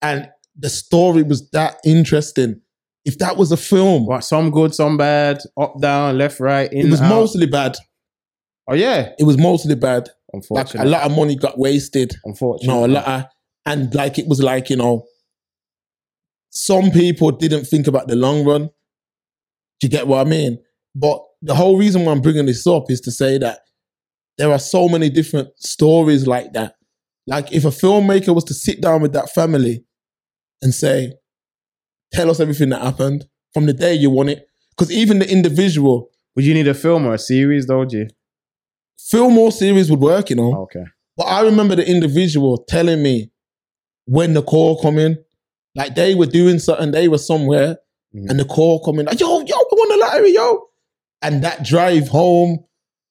Speaker 3: And the story was that interesting. If that was a film,
Speaker 4: What? Some good, some bad. Up, down, left, right. In,
Speaker 3: it was
Speaker 4: out.
Speaker 3: mostly bad.
Speaker 4: Oh yeah.
Speaker 3: It was mostly bad. Like
Speaker 4: Unfortunately.
Speaker 3: a lot of money got wasted.
Speaker 4: Unfortunately.
Speaker 3: No, a lot of, and like it was like, you know, some people didn't think about the long run. Do you get what I mean? But the whole reason why I'm bringing this up is to say that there are so many different stories like that. Like if a filmmaker was to sit down with that family and say, tell us everything that happened from the day you won it. Because even the individual,
Speaker 4: Would you need a film or a series, though, G?
Speaker 3: film or series would work, you know.
Speaker 4: Okay.
Speaker 3: But I remember the individual telling me when the call come in, like they were doing something, they were somewhere,
Speaker 4: Mhm.
Speaker 3: and the call come in, like, yo, yo, I won the lottery, yo. And that drive home,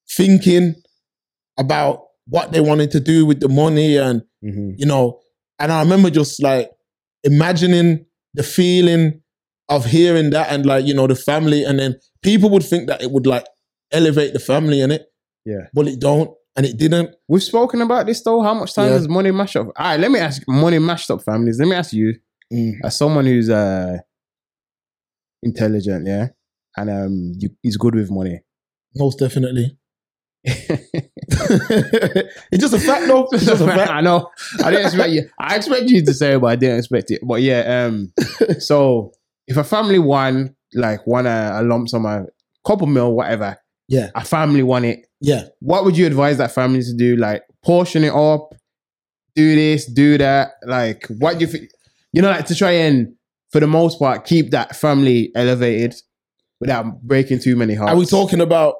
Speaker 3: thinking about what they wanted to do with the money and
Speaker 4: hmm
Speaker 3: you know, and I remember just like imagining the feeling of hearing that and like, you know, the family. And then people would think that it would like elevate the family in it.
Speaker 4: Yeah.
Speaker 3: Well, it don't. And it didn't.
Speaker 4: We've spoken about this though. How much time
Speaker 3: Yeah.
Speaker 4: does money mash up? All right, let me ask money mashed up families. Let me ask you, as someone who's uh intelligent, yeah, and um, you, he's good with money.
Speaker 3: Most definitely. [laughs] it's just a fact, though.
Speaker 4: [laughs]
Speaker 3: It's [laughs] just a fact.
Speaker 4: I know. I didn't expect you. I expect you to say, it, but I didn't expect it. But
Speaker 3: [laughs]
Speaker 4: yeah, um, so if a family won, like won a, a lump sum, a couple mil, whatever.
Speaker 3: Yeah.
Speaker 4: a family won it.
Speaker 3: Yeah.
Speaker 4: What would you advise that family to do? Like portion it up, do this, do that. Like what do you think? You know, like to try and for the most part keep that family elevated without breaking too many hearts.
Speaker 3: Are we talking about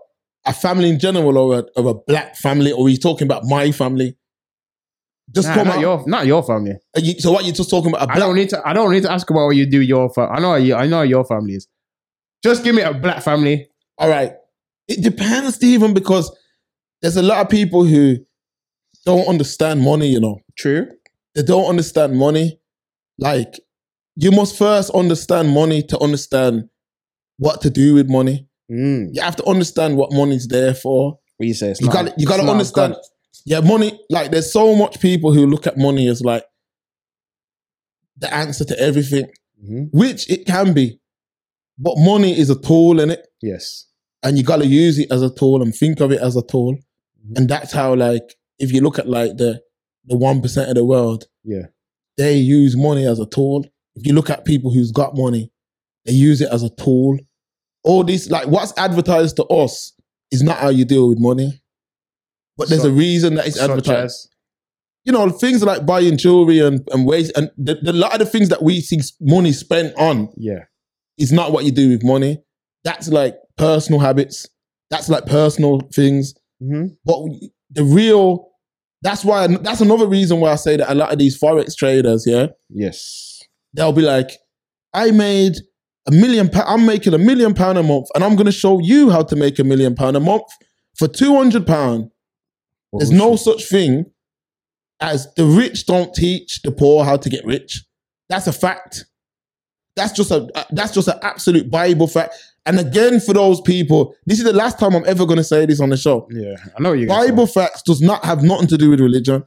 Speaker 3: a family in general or a, or a black family? Or are you talking about my family? Just
Speaker 4: Nah,
Speaker 3: come
Speaker 4: not
Speaker 3: out.
Speaker 4: your not your family.
Speaker 3: Are you- so what you're just talking about? A
Speaker 4: I
Speaker 3: black
Speaker 4: don't need to. I don't need to ask about what you do. Your, fa- I know. how You, I know how your family is. Just give me a black family.
Speaker 3: All right. It depends, Stephen, because there's a lot of people who don't understand money, you know.
Speaker 4: True.
Speaker 3: They don't understand money. Like, you must first understand money to understand what to do with money.
Speaker 4: Mm.
Speaker 3: You have to understand what money's there for.
Speaker 4: What you say? It's
Speaker 3: You
Speaker 4: not-
Speaker 3: gotta you
Speaker 4: it's
Speaker 3: gotta
Speaker 4: not
Speaker 3: understand.
Speaker 4: God.
Speaker 3: Yeah, money, like there's so much people who look at money as like the answer to everything,
Speaker 4: Mhm.
Speaker 3: which it can be. But money is a tool in it.
Speaker 4: Yes.
Speaker 3: and you gotta use it as a tool and think of it as a tool.
Speaker 4: Mm-hmm.
Speaker 3: And that's how, like, if you look at like the the one percent of the world,
Speaker 4: Yeah.
Speaker 3: they use money as a tool. If you look at people who's got money, they use it as a tool. All this, like, what's advertised to us is not how you deal with money, but there's
Speaker 4: So-
Speaker 3: a reason that it's
Speaker 4: Such
Speaker 3: advertised.
Speaker 4: as,
Speaker 3: You know, things like buying jewelry and and waste, and the, the, a lot of the things that we see money spent on
Speaker 4: yeah.
Speaker 3: is not what you do with money. That's like personal habits. That's like personal things.
Speaker 4: Mm-hmm.
Speaker 3: But the real, that's why, that's another reason why I say that a lot of these Forex traders, yeah,
Speaker 4: Yes.
Speaker 3: they'll be like, I made a million, pa- I'm making a million pound a month and I'm going to show you how to make a million pound a month for 200 pound. There's no such thing as the rich don't teach the poor how to get rich. That's a fact. That's just a that's just an absolute Bible fact. And again, for those people, this is the last time I'm ever going to say this on the show.
Speaker 4: Yeah, I know what you. guys
Speaker 3: Bible facts does not have nothing to do with religion.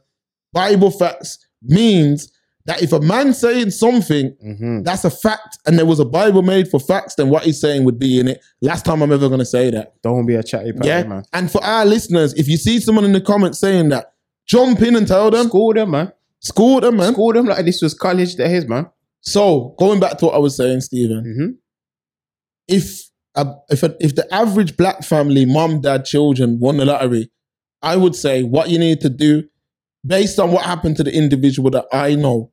Speaker 3: Bible facts means that if a man saying something
Speaker 4: are. Mhm.
Speaker 3: that's a fact, and there was a Bible made for facts, then what he's saying would be in it. Last time I'm ever going to say that.
Speaker 4: Don't be a chatty patty
Speaker 3: Yeah.
Speaker 4: man.
Speaker 3: And for our listeners, if you see someone in the comments saying that, jump in and tell them,
Speaker 4: School them, man.
Speaker 3: score them, man.
Speaker 4: School them like this was college. That is, man.
Speaker 3: So going back to what I was saying, Stephen,
Speaker 4: Mhm.
Speaker 3: if a, if a, if the average black family, mom, dad, children won the lottery, I would say what you need to do, based on what happened to the individual that I know,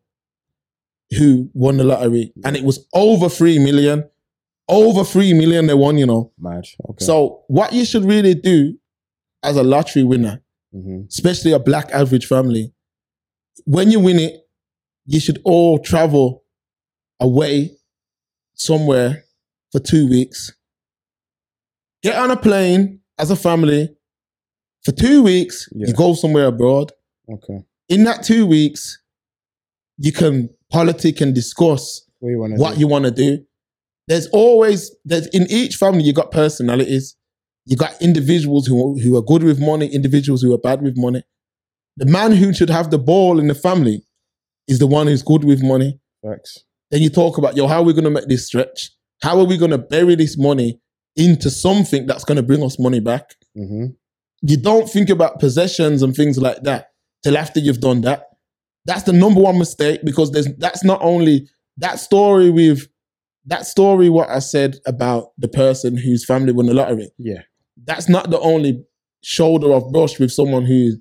Speaker 3: who won the lottery, and it was over three million, over three million they won, you know.
Speaker 4: Mad. Okay.
Speaker 3: So what you should really do as a lottery winner
Speaker 4: Mhm.
Speaker 3: especially a black average family, when you win it, you should all travel away somewhere for two weeks. Get on a plane as a family for two weeks,
Speaker 4: Yeah.
Speaker 3: you go somewhere abroad.
Speaker 4: okay.
Speaker 3: In that two weeks, you can politic and discuss
Speaker 4: What you want to
Speaker 3: what you want to do. There's always there's in each family you got personalities. You got individuals who who are good with money, individuals who are bad with money. The man who should have the ball in the family is the one who's good with money.
Speaker 4: Facts.
Speaker 3: Then you talk about yo, how are we gonna make this stretch? How are we gonna bury this money into something that's gonna bring us money back?
Speaker 4: Mm-hmm.
Speaker 3: you don't think about possessions and things like that till after you've done that. That's the number one mistake because there's that's not only that story with that story what I said about the person whose family won the lottery.
Speaker 4: Yeah.
Speaker 3: That's not the only shoulder of brush with someone who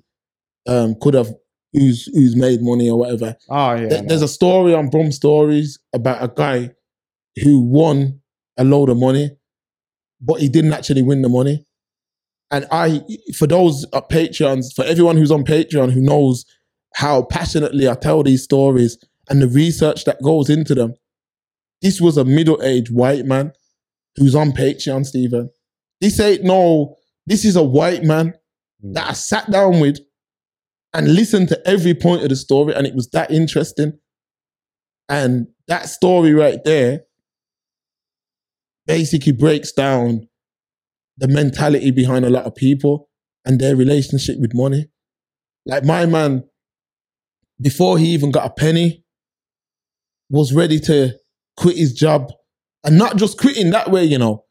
Speaker 3: um, could have who's who's made money or whatever.
Speaker 4: Oh yeah.
Speaker 3: There- there's a story on Brum Stories about a guy who won a load of money, but he didn't actually win the money. And I, for those at Patreons, for everyone who's on Patreon who knows how passionately I tell these stories and the research that goes into them, this was a middle aged white man who's on Patreon, Stephen. This ain't no, this is a white man
Speaker 4: Mm.
Speaker 3: that I sat down with and listened to every point of the story, and it was that interesting. And that story right there basically breaks down the mentality behind a lot of people and their relationship with money. Like my man, before he even got a penny, was ready to quit his job and not just quitting that way, you know.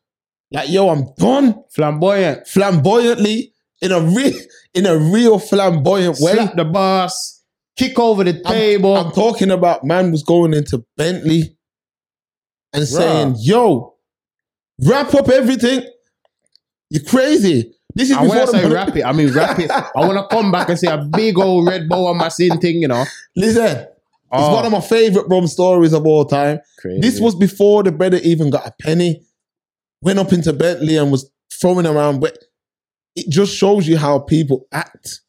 Speaker 3: Like, yo, I'm done
Speaker 4: flamboyant.
Speaker 3: flamboyantly in a real in a real flamboyant way.
Speaker 4: Slap the boss. Kick over the
Speaker 3: I'm-
Speaker 4: table.
Speaker 3: I'm talking about man was going into Bentley and saying, "Yo, wrap up everything. You crazy? This is
Speaker 4: And when I
Speaker 3: before
Speaker 4: say
Speaker 3: the
Speaker 4: rap it, I mean rap it. I want to come back and see a big old red bow on my sin thing, you know.
Speaker 3: [laughs] Listen,
Speaker 4: Oh,
Speaker 3: it's one of my favorite Brom stories of all time.
Speaker 4: crazy.
Speaker 3: This was before the brother even got a penny. Went up into Bentley and was throwing around, but it just shows you how people act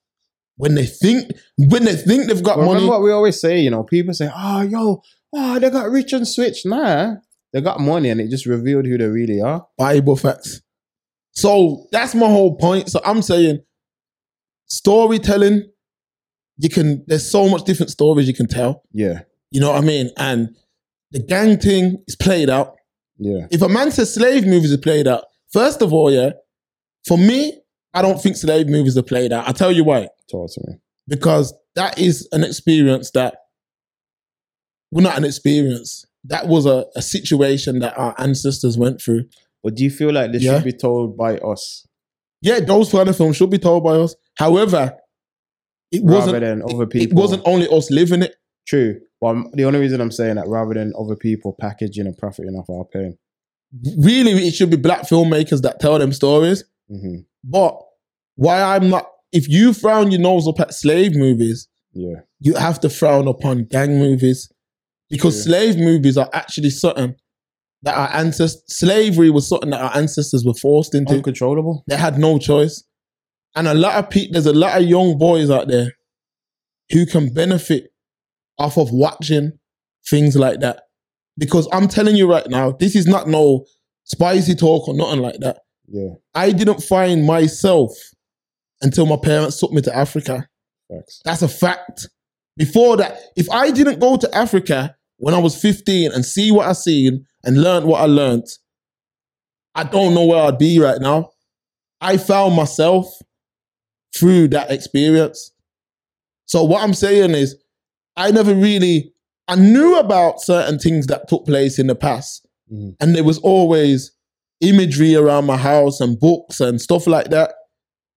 Speaker 3: when they think when they think they've got
Speaker 4: But
Speaker 3: money.
Speaker 4: "Ah, Remember what we always say, you know, people say, oh, yo, oh, they got rich and switch. Nah, They got money and it just revealed who they really are.
Speaker 3: Bible facts. So that's my whole point. So I'm saying storytelling, you can there's so much different stories you can tell.
Speaker 4: Yeah.
Speaker 3: You know what I mean? And the gang thing is played out.
Speaker 4: Yeah.
Speaker 3: If a man says slave movies are played out, first of all, yeah, for me, I don't think slave movies are played out. i tell you why.
Speaker 4: Talk to me.
Speaker 3: Because that is an experience that well not an experience. That was a, a situation that our ancestors went through.
Speaker 4: But do you feel like this
Speaker 3: Yeah.
Speaker 4: should be told by us
Speaker 3: yeah, those kind of films should be told by us. However, it
Speaker 4: rather
Speaker 3: wasn't
Speaker 4: than other
Speaker 3: it-
Speaker 4: people?
Speaker 3: It wasn't only us living it.
Speaker 4: true. Well, I'm- the only reason I'm saying that rather than other people packaging and profiting off our pain.
Speaker 3: Really, it should be black filmmakers that tell them stories.
Speaker 4: hmm
Speaker 3: But why I'm not if you frown your nose up at slave movies,
Speaker 4: Yeah.
Speaker 3: you have to frown upon gang movies. Because
Speaker 4: True.
Speaker 3: slave movies are actually something that our ancestors slavery was something that our ancestors were forced into.
Speaker 4: Oh, Uncontrollable.
Speaker 3: They had no choice. And a lot of people, there's a lot of young boys out there who can benefit off of watching things like that. Because I'm telling you right now, this is not no spicy talk or nothing like that.
Speaker 4: Yeah.
Speaker 3: I didn't find myself until my parents took me to Africa.
Speaker 4: Facts.
Speaker 3: That's a fact. Before that, if I didn't go to Africa when I was 15 and see what I seen and learn what I learned, I don't know where I'd be right now. I found myself through that experience. So what I'm saying is, I never really I knew about certain things that took place in the past.
Speaker 4: Mhm.
Speaker 3: And there was always imagery around my house and books and stuff like that.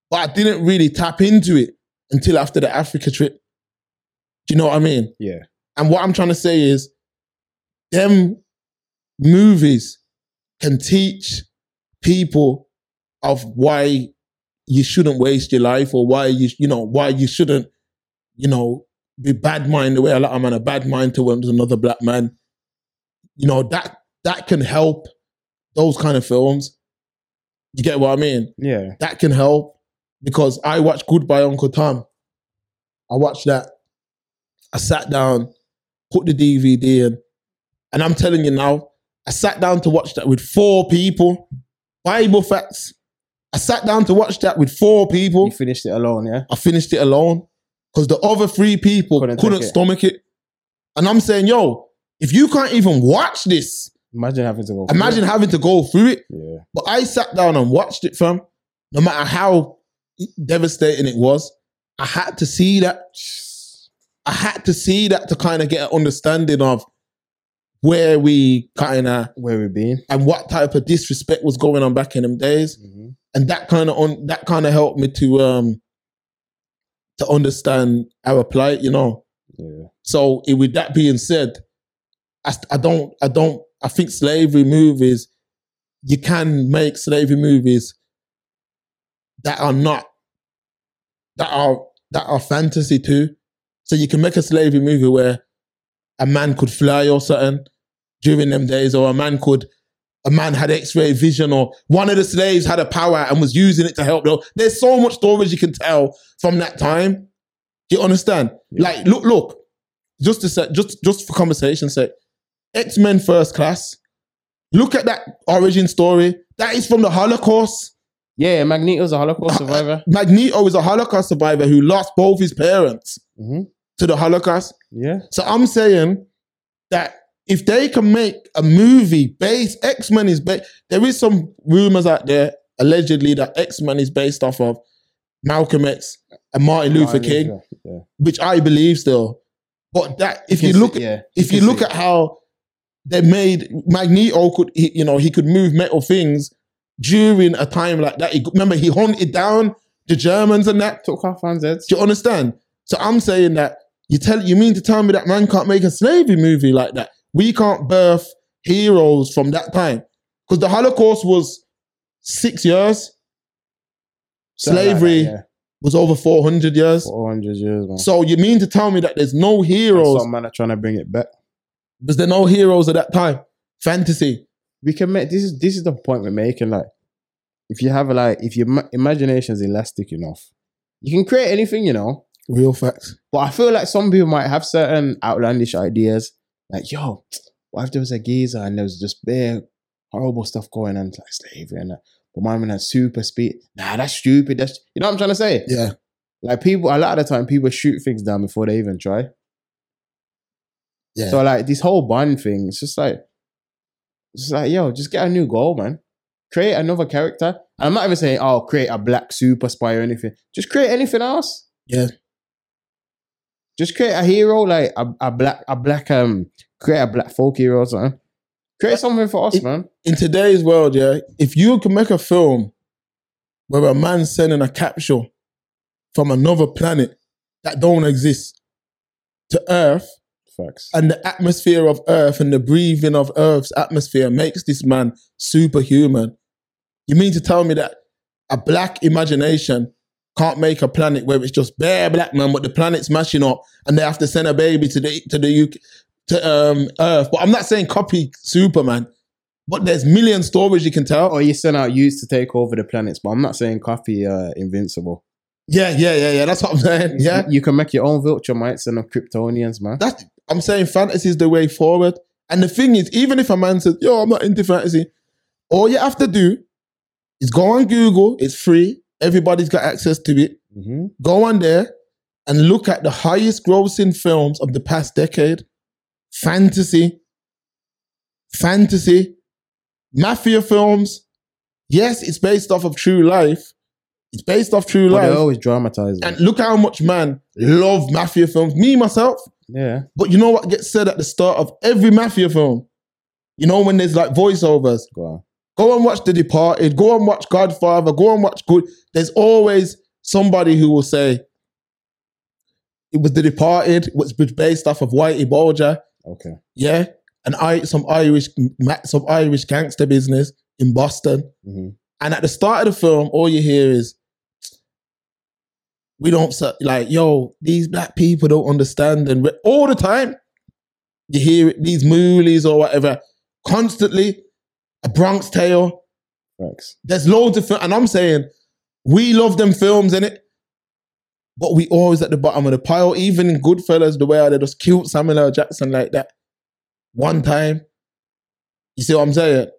Speaker 3: But I didn't really tap into it until after the Africa trip. Do you know what I mean?
Speaker 4: Yeah.
Speaker 3: And what I'm trying to say is, them movies can teach people of why you shouldn't waste your life or why you you know why you shouldn't you know be bad mind the way a lot of men are bad mind towards another black man. You know that that can help those kind of films. You get what I mean?
Speaker 4: Yeah.
Speaker 3: that can help because I watched Goodbye Uncle Tom. I watched that. I sat down, put the DVD in, and I'm telling you now, I sat down to watch that with four people. Bible facts. I sat down to watch that with four people.
Speaker 4: You finished it alone. Yeah.
Speaker 3: I finished it alone because the other three people
Speaker 4: Couldn't
Speaker 3: couldn't,
Speaker 4: take it.
Speaker 3: stomach it. And I'm saying, yo, if you can't even watch this,
Speaker 4: Imagine having to go. through
Speaker 3: imagine
Speaker 4: it.
Speaker 3: having to go through it.
Speaker 4: Yeah.
Speaker 3: But I sat down and watched it, fam. No matter how devastating it was, I had to see that. I had to see that to kind of get an understanding of where we kind of
Speaker 4: Where we been?
Speaker 3: and what type of disrespect was going on back in them days,
Speaker 4: Mm-hmm.
Speaker 3: and that kind of on that kind of helped me to um to understand our plight, you know.
Speaker 4: Yeah.
Speaker 3: So it, with that being said, I, st- I don't I don't I think slavery movies you can make slavery movies that are not that are that are fantasy too. So you can make a slavery movie where a man could fly or something during them days, or a man could a man had X-ray vision, or one of the slaves had a power and was using it to help. them. There's so much stories you can tell from that time. Do you understand?
Speaker 4: Yeah.
Speaker 3: Like, look, look, just to say, just just for conversation's sake, X Men First Class. Look at that origin story. That is from the Holocaust.
Speaker 4: Yeah. Magneto's a Holocaust survivor.
Speaker 3: Magneto is a Holocaust survivor who lost both his parents
Speaker 4: Mhm.
Speaker 3: to the Holocaust.
Speaker 4: Yeah.
Speaker 3: So I'm saying that if they can make a movie based, X Men is based. There is some rumors out there allegedly that X Men is based off of Malcolm X and Martin Luther
Speaker 4: Martin
Speaker 3: King,
Speaker 4: Luther, Yeah.
Speaker 3: which I believe still. But that if you,
Speaker 4: can
Speaker 3: look,
Speaker 4: see- yeah,
Speaker 3: if
Speaker 4: can
Speaker 3: you look
Speaker 4: see.
Speaker 3: at how they made Magneto could he, you know he could move metal things during a time like that. He, remember he hunted down the Germans and that.
Speaker 4: took off fans' heads.
Speaker 3: Do you understand? So I'm saying that you tell you mean to tell me that man can't make a slavery movie like that. We can't birth heroes from that time because the Holocaust was six years,
Speaker 4: Something like that,
Speaker 3: slavery
Speaker 4: yeah.
Speaker 3: was over four hundred years.
Speaker 4: 400 years, man.
Speaker 3: So you mean to tell me that there's no
Speaker 4: And
Speaker 3: heroes?
Speaker 4: Some man are trying to bring it back.
Speaker 3: Because there no heroes at that time. Fantasy.
Speaker 4: We can make this is this is the point we're making. Like, if you have like if your ma- imagination's elastic enough, you can create anything, you know.
Speaker 3: Real facts.
Speaker 4: But I feel like some people might have certain outlandish ideas, like yo, what if there was a geezer and there was just bare horrible stuff going on, like slavery and that? But my man had super speed. Nah, that's stupid. That's you know what I'm trying to say.
Speaker 3: Yeah.
Speaker 4: Like people, a lot of the time, people shoot things down before they even try.
Speaker 3: Yeah.
Speaker 4: So like this whole bun thing, it's just like, it's just like yo, just get a new goal, man. Create another character, and I'm not even saying oh, create a black super spy or anything. Just create anything else.
Speaker 3: Yeah.
Speaker 4: Just create a hero, like a, a black, a black, um, create a black folk hero or something. Create something for us,
Speaker 3: Uh, It-
Speaker 4: man.
Speaker 3: in today's world, yeah, if you can make a film where a man sending a capsule from another planet that don't exist to Earth,
Speaker 4: Facts.
Speaker 3: and the atmosphere of Earth and the breathing of Earth's atmosphere makes this man superhuman. You mean to tell me that a black imagination can't make a planet where it's just bare black man, but the planet's mashing up, and they have to send a baby to the to the UK to um Earth? But I'm not saying copy Superman, but there's million stories you can tell.
Speaker 4: Or you send out youths to take over the planets, but I'm not saying coffee uh, invincible.
Speaker 3: Yeah, yeah, yeah, yeah. That's what I'm saying. Yeah,
Speaker 4: you can make your own Viltrumites and the Kryptonians, man.
Speaker 3: That's I'm saying fantasy is the way forward. And the thing is, even if a man says, yo, I'm not into fantasy, all you have to do is go on Google, it's free, everybody's got access to it.
Speaker 4: hmm
Speaker 3: Go on there and look at the highest grossing films of the past decade. Fantasy, fantasy, mafia films. Yes, it's based off of true life. It's based off true
Speaker 4: But they
Speaker 3: life.
Speaker 4: always dramatize it.
Speaker 3: And look how much man love mafia films. Me myself,
Speaker 4: yeah.
Speaker 3: but you know what gets said at the start of every mafia film? You know when there's like voiceovers.
Speaker 4: Go on.
Speaker 3: Go and watch The Departed. Go and watch Godfather. Go and watch Good. There's always somebody who will say it was The Departed, which was based off of Whitey Bulger.
Speaker 4: Okay.
Speaker 3: Yeah, and I some Irish ma- some Irish gangster business in Boston.
Speaker 4: Mhm.
Speaker 3: And at the start of the film, all you hear is, "We don't su- like yo. These black people don't understand." And re- all the time, you hear it, these moolies or whatever, constantly. A Bronx Tale.
Speaker 4: Facts.
Speaker 3: There's loads of film, and I'm saying we love them films in it, but we always at the bottom of the pile. Even in Goodfellas, the way how they just killed Samuel L. Jackson like that one time. You see what I'm saying?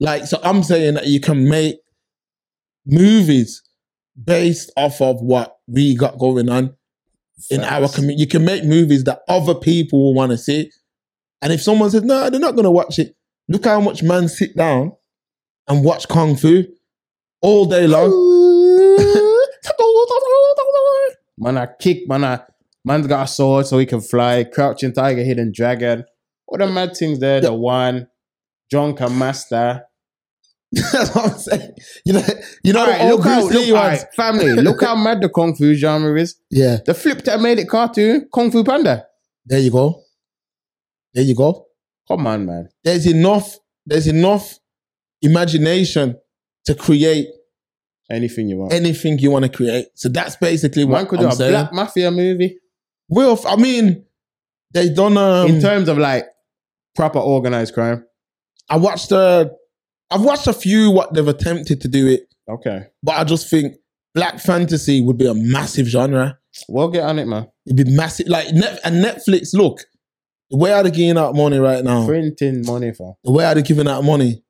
Speaker 3: Like, so I'm saying that you can make movies based off of what we got going on in our
Speaker 4: Facts.
Speaker 3: community. You can make movies that other people will want to see. And if someone says, no, they're not going to watch it, look how much man sit down and watch Kung Fu all day long. [laughs]
Speaker 4: Man, I kick. Man, I man's got a sword so he can fly. Crouching tiger, hidden dragon. All the mad things there. The one, drunk and master.
Speaker 3: [laughs] That's what I'm saying. You know, you know,
Speaker 4: All right,
Speaker 3: all
Speaker 4: look how
Speaker 3: Bruce
Speaker 4: look,
Speaker 3: Lee
Speaker 4: all
Speaker 3: ones.
Speaker 4: right, family.
Speaker 3: [laughs]
Speaker 4: Look how mad the kung fu genre is.
Speaker 3: Yeah,
Speaker 4: The flip that made it cartoon, Kung Fu Panda.
Speaker 3: there you go. There you go.
Speaker 4: Come on, man.
Speaker 3: There's enough. There's enough imagination to create
Speaker 4: Anything you want.
Speaker 3: anything you want to create. So that's basically
Speaker 4: man
Speaker 3: what
Speaker 4: could
Speaker 3: I'm
Speaker 4: do a
Speaker 3: saying.
Speaker 4: black mafia movie
Speaker 3: Well, I mean, they done. Um,
Speaker 4: in terms of like proper organized crime.
Speaker 3: I watched. Uh, I've watched a few what they've attempted to do it,
Speaker 4: Okay,
Speaker 3: but I just think black fantasy would be a massive genre.
Speaker 4: we'll get on it, man.
Speaker 3: It'd be massive. Like net, and Netflix. Look, where are they getting out money right now?
Speaker 4: Printing money for.
Speaker 3: the way how they giving out money,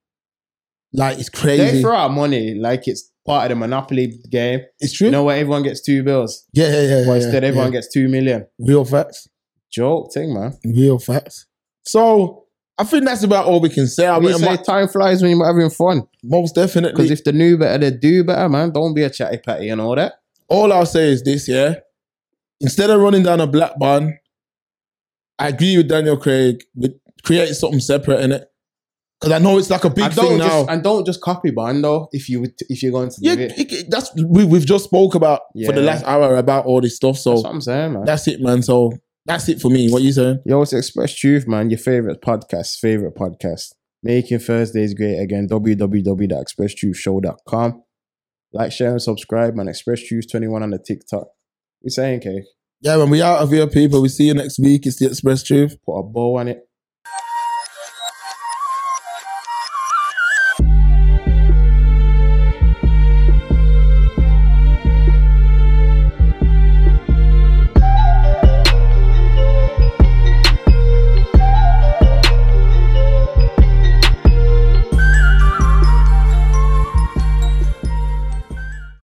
Speaker 3: like it's
Speaker 4: They
Speaker 3: crazy.
Speaker 4: throw out money like it's part of the monopoly game.
Speaker 3: It's true.
Speaker 4: You know where everyone gets two bills,
Speaker 3: yeah, yeah, yeah.
Speaker 4: but
Speaker 3: yeah,
Speaker 4: instead
Speaker 3: yeah.
Speaker 4: everyone gets two million.
Speaker 3: real facts.
Speaker 4: Joke thing, man.
Speaker 3: Real facts. So I think that's about all we can say. I
Speaker 4: I mean,
Speaker 3: mean,
Speaker 4: say
Speaker 3: mo-
Speaker 4: time flies when you're having fun.
Speaker 3: most
Speaker 4: Because
Speaker 3: definitely.
Speaker 4: if they knew better, they do better, man. Don't be a chatty patty and all that.
Speaker 3: all I'll say is this: yeah, instead of running down a black barn, I agree with Daniel Craig. With create something separate in it, because I know it's like a big
Speaker 4: and don't
Speaker 3: thing
Speaker 4: just
Speaker 3: now.
Speaker 4: and don't just copy band though. If you would- if you're going to
Speaker 3: yeah,
Speaker 4: do it,
Speaker 3: it- it- that's we, we've just spoke about for the
Speaker 4: Yeah.
Speaker 3: last hour about all this stuff. So
Speaker 4: that's what I'm saying, man.
Speaker 3: that's it, man. So that's it for me. What you saying?
Speaker 4: Yo, it's Express Truth, man. Your favorite podcast, favorite podcast. Making Thursdays great again. www.expresstruthshow.com. Like, share, and subscribe, man. Express Truth 21 on the TikTok. We saying, cake.
Speaker 3: Yeah, when we out of here, people, we see you next week. It's the Express Truth.
Speaker 4: Put a bow on it.